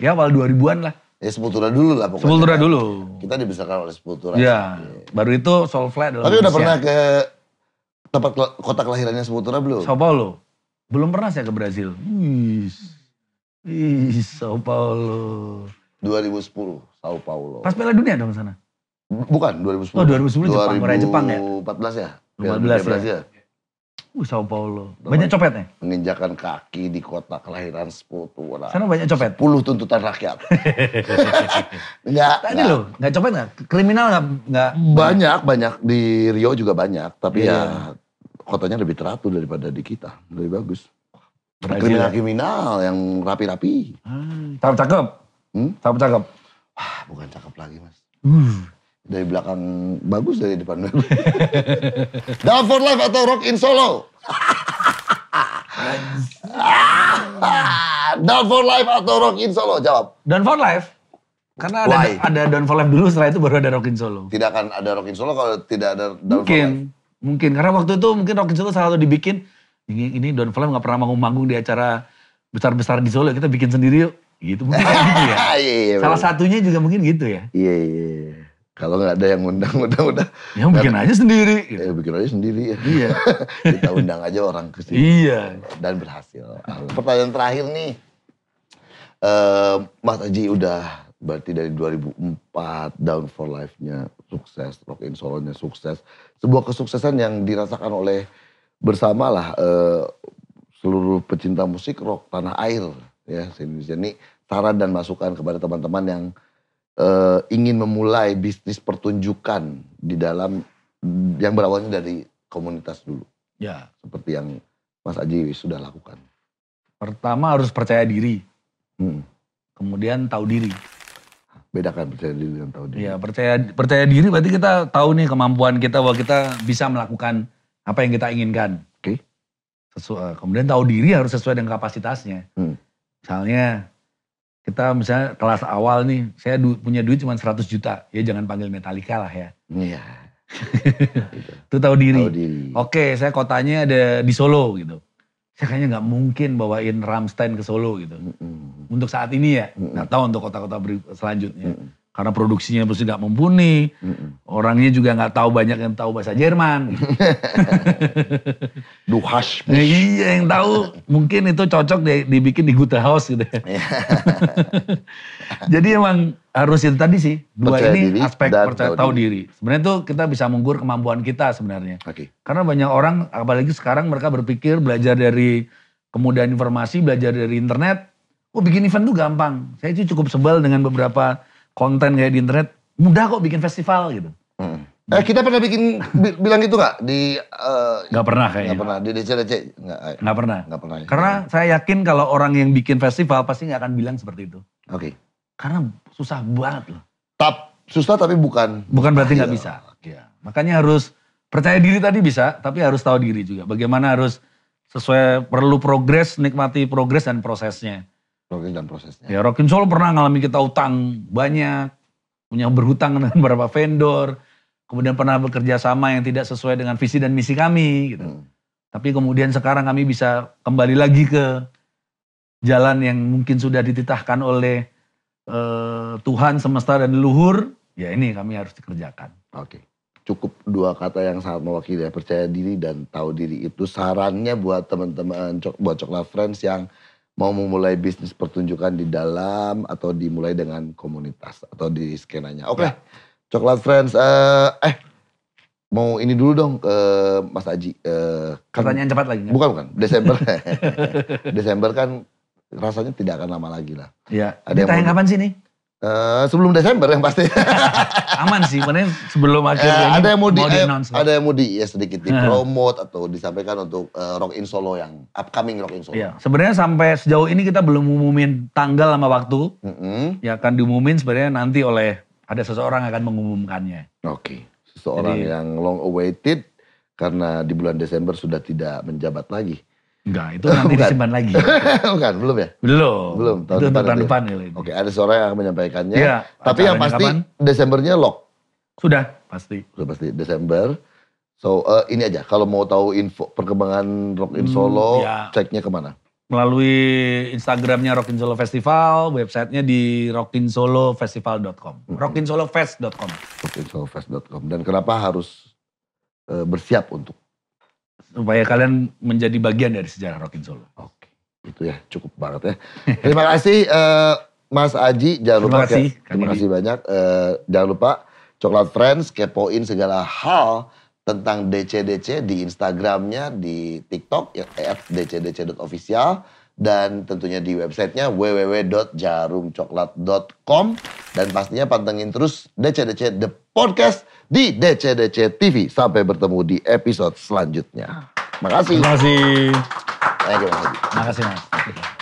Speaker 1: Ya awal 2000-an lah.
Speaker 2: ya sepultura dulu lah pokoknya
Speaker 1: Sepultura dulu.
Speaker 2: kita dibesarkan oleh sepultura
Speaker 1: Iya. Baru itu Soulfly adalah
Speaker 2: tapi udah pernah
Speaker 1: Indonesia.
Speaker 2: ke tempat kela- kota kelahirannya sepultura belum
Speaker 1: Sao Paulo. Belum pernah saya ke Brazil. Wih. Ih, Sao Paulo.
Speaker 2: 2010 Sao Paulo
Speaker 1: Pas Piala Dunia dong sana.
Speaker 2: bukan
Speaker 1: Oh,
Speaker 2: 2010
Speaker 1: 2010 Jepang, Korea Jepang ya?
Speaker 2: 2014 ya
Speaker 1: 14 ya?
Speaker 2: Brasil
Speaker 1: Uh, Sao Paulo. Banyak copetnya.
Speaker 2: menginjakan kaki di kota kelahiran sepultura
Speaker 1: Sana banyak copet.
Speaker 2: 10 tuntutan rakyat enggak
Speaker 1: Tadi loh, nggak copet nggak? Kriminal nggak? Nggak.
Speaker 2: Ya. banyak banyak di Rio juga banyak tapi
Speaker 1: Iya.
Speaker 2: ya kotanya lebih teratur daripada di kita lebih bagus
Speaker 1: Brazil
Speaker 2: kriminal
Speaker 1: ya?
Speaker 2: kriminal yang rapi-rapi
Speaker 1: Cakep cakep.
Speaker 2: Hmm?
Speaker 1: Cakep cakep.
Speaker 2: ah bukan cakep lagi mas
Speaker 1: Uh,
Speaker 2: dari belakang bagus dari depan bagus Down for Life atau Rock in Solo Ah, Down for Life atau Rock in Solo jawab
Speaker 1: Down for Life. Karena ada
Speaker 2: Why?
Speaker 1: ada Down for Life dulu, setelah itu baru ada Rockin Solo.
Speaker 2: tidak akan ada Rock in Solo kalau tidak ada Down for Life
Speaker 1: Mungkin, mungkin karena waktu itu mungkin Rockin Solo salah satu dibikin ini ini Down for Life nggak pernah manggung-manggung di acara besar-besar di Solo, kita bikin sendiri yuk. Gitu mungkin kayak gitu ya.
Speaker 2: Ah, iya, iya,
Speaker 1: Salah
Speaker 2: bener.
Speaker 1: satunya juga mungkin gitu ya.
Speaker 2: iya iya iya. kalau nggak ada yang undang undang udah
Speaker 1: Ya bikin aja sendiri. gitu.
Speaker 2: ya bikin aja sendiri ya
Speaker 1: Iya.
Speaker 2: kita undang aja orang ke sini
Speaker 1: Iya.
Speaker 2: dan berhasil. Nah, Pertanyaan terakhir nih. Eh, Mas Aji udah berarti dari 2004 Down for Life-nya sukses, Rock in Solo-nya sukses. Sebuah kesuksesan yang dirasakan oleh bersamalah eh, seluruh pecinta musik rock tanah air ya se-Indonesia ini saran dan masukan kepada teman-teman yang eh, ingin memulai bisnis pertunjukan di dalam yang berawalnya dari komunitas dulu
Speaker 1: Ya.
Speaker 2: seperti yang Mas Aji sudah lakukan.
Speaker 1: Pertama harus percaya diri,
Speaker 2: Hmm.
Speaker 1: kemudian tahu diri.
Speaker 2: Bedakan percaya diri dan tahu diri.
Speaker 1: Iya, percaya percaya diri berarti kita tahu nih kemampuan kita bahwa kita bisa melakukan apa yang kita inginkan.
Speaker 2: Oke.
Speaker 1: Sesuai. Kemudian tahu diri harus sesuai dengan kapasitasnya.
Speaker 2: Hmm.
Speaker 1: Misalnya kita misalnya kelas awal nih, saya du- punya duit cuma 100 juta. Ya jangan panggil Metallica lah ya.
Speaker 2: Iya.
Speaker 1: Itu tahu diri.
Speaker 2: Tahu diri.
Speaker 1: Oke, saya kotanya ada di Solo gitu. Saya kayaknya nggak mungkin bawain Ramstein ke Solo gitu.
Speaker 2: Hmm. Mm-mm.
Speaker 1: Untuk saat ini ya,
Speaker 2: Mm-mm.
Speaker 1: nggak tahu untuk kota-kota beri- selanjutnya.
Speaker 2: Mm-mm.
Speaker 1: Karena produksinya pasti nggak mumpuni,
Speaker 2: Mm-mm.
Speaker 1: orangnya juga nggak tahu banyak yang tahu bahasa Jerman.
Speaker 2: Du hast
Speaker 1: Ya,
Speaker 2: mich.
Speaker 1: iya yang tahu mungkin itu cocok di- dibikin di Gute House gitu. ya.
Speaker 2: Iya.
Speaker 1: Jadi emang harus itu tadi sih dua
Speaker 2: Percaya
Speaker 1: ini
Speaker 2: diri
Speaker 1: aspek
Speaker 2: dan
Speaker 1: percaya
Speaker 2: tahu
Speaker 1: tahu diri. Sebenarnya tuh kita bisa mengukur kemampuan kita sebenarnya.
Speaker 2: Oke.
Speaker 1: Karena banyak orang apalagi sekarang mereka berpikir belajar dari kemudahan informasi, belajar dari internet. Oh bikin event tuh gampang. Saya itu cukup sebel dengan beberapa konten kayak di internet. Mudah kok bikin festival gitu.
Speaker 2: Mm. Eh kita pernah bikin bi- bilang gitu nggak di eh,
Speaker 1: Gak pernah
Speaker 2: nggak
Speaker 1: kayaknya.
Speaker 2: pernah di DC nggak eh,
Speaker 1: Nggak pernah.
Speaker 2: nggak pernah. ya?
Speaker 1: Karena saya yakin kalau orang yang bikin festival pasti nggak akan bilang seperti itu.
Speaker 2: Oke.
Speaker 1: Karena susah banget loh.
Speaker 2: Tap susah tapi bukan.
Speaker 1: Bukan berarti nggak
Speaker 2: Iya.
Speaker 1: bisa. Iya. Makanya harus percaya diri tadi bisa, tapi harus tahu diri juga. Bagaimana harus sesuai perlu progres, nikmati progres dan prosesnya.
Speaker 2: Progres dan prosesnya.
Speaker 1: Ya Rockin Solo pernah ngalami kita utang banyak, punya berhutang dengan beberapa vendor, kemudian pernah bekerja sama yang tidak sesuai dengan visi dan misi kami gitu.
Speaker 2: Mm.
Speaker 1: Tapi kemudian sekarang kami bisa kembali lagi ke jalan yang mungkin sudah dititahkan oleh eh, Tuhan semesta dan leluhur. Ya ini kami harus dikerjakan.
Speaker 2: Oke. Cukup dua kata yang sangat mewakili ya. Percaya diri dan tahu diri itu sarannya buat teman-teman Cok- buat Coklat Friends yang mau memulai bisnis pertunjukan di dalam atau dimulai dengan komunitas atau di skenanya. Oke. Coklat Friends eh eh mau ini dulu dong ke Mas Aji eh kan-
Speaker 1: Pertanyaan cepat lagi. nggak?
Speaker 2: bukan bukan Desember. Desember kan rasanya tidak akan lama lagi lah.
Speaker 1: Ya.
Speaker 2: Ya, Ada
Speaker 1: Ini
Speaker 2: yang
Speaker 1: tayang
Speaker 2: mau-
Speaker 1: kapan sih nih?
Speaker 2: Eh, sebelum Desember yang pasti.
Speaker 1: Aman sih, makanya sebelum
Speaker 2: Eh,
Speaker 1: akhirnya
Speaker 2: ada yang mau di, eh,
Speaker 1: announce Eh.
Speaker 2: ada yang mau di ya sedikit di promote atau disampaikan untuk eh, Rock in Solo yang upcoming Rock in Solo.
Speaker 1: Iya, sebenarnya sampai sejauh ini kita belum umumin tanggal sama waktu.
Speaker 2: Mm-mm.
Speaker 1: Ya akan diumumin sebenarnya nanti oleh ada seseorang akan mengumumkannya.
Speaker 2: Oke. Seseorang
Speaker 1: Jadi-
Speaker 2: yang long awaited karena di bulan Desember sudah tidak menjabat lagi.
Speaker 1: Enggak, itu nanti
Speaker 2: Bukan.
Speaker 1: disimpan lagi. Iya.
Speaker 2: Bukan, belum ya?
Speaker 1: Belum.
Speaker 2: Belum, tahun
Speaker 1: itu
Speaker 2: depan
Speaker 1: tahun
Speaker 2: nanti.
Speaker 1: depan. ya, itu.
Speaker 2: Oke, ada seorang yang akan menyampaikannya.
Speaker 1: Iya,
Speaker 2: Tapi yang
Speaker 1: acaranya
Speaker 2: pasti
Speaker 1: kapan?
Speaker 2: Desembernya lock.
Speaker 1: Sudah, pasti.
Speaker 2: Sudah pasti Desember. So eh, ini aja, kalau mau tahu info perkembangan Rock in
Speaker 1: Hmm,
Speaker 2: Solo,
Speaker 1: ya.
Speaker 2: ceknya kemana?
Speaker 1: Melalui Instagramnya Rockin Solo Festival, websitenya di rockinsolofestival.com. Rockinsolofest.com.
Speaker 2: Rockinsolofest.com. Dan kenapa harus eh, bersiap untuk?
Speaker 1: Supaya kalian menjadi bagian dari sejarah Rockin Solo.
Speaker 2: Oke, itu ya cukup banget ya. Terima kasih eh, Mas Aji, jangan
Speaker 1: Terima
Speaker 2: lupa.
Speaker 1: kasih,
Speaker 2: ke-
Speaker 1: Kang
Speaker 2: terima
Speaker 1: Didi.
Speaker 2: kasih banyak. Eh, jangan lupa Coklat Friends kepoin segala hal tentang DCDC di Instagramnya, di TikTok ya @dcdc.official dan tentunya di websitenya www.jarumcoklat.com dan pastinya pantengin terus DCDC The Podcast di DCDC TV. Sampai bertemu di episode selanjutnya. Makasih.
Speaker 1: Terima kasih.
Speaker 2: Thank you, Mas Aji.
Speaker 1: Terima kasih, Mas.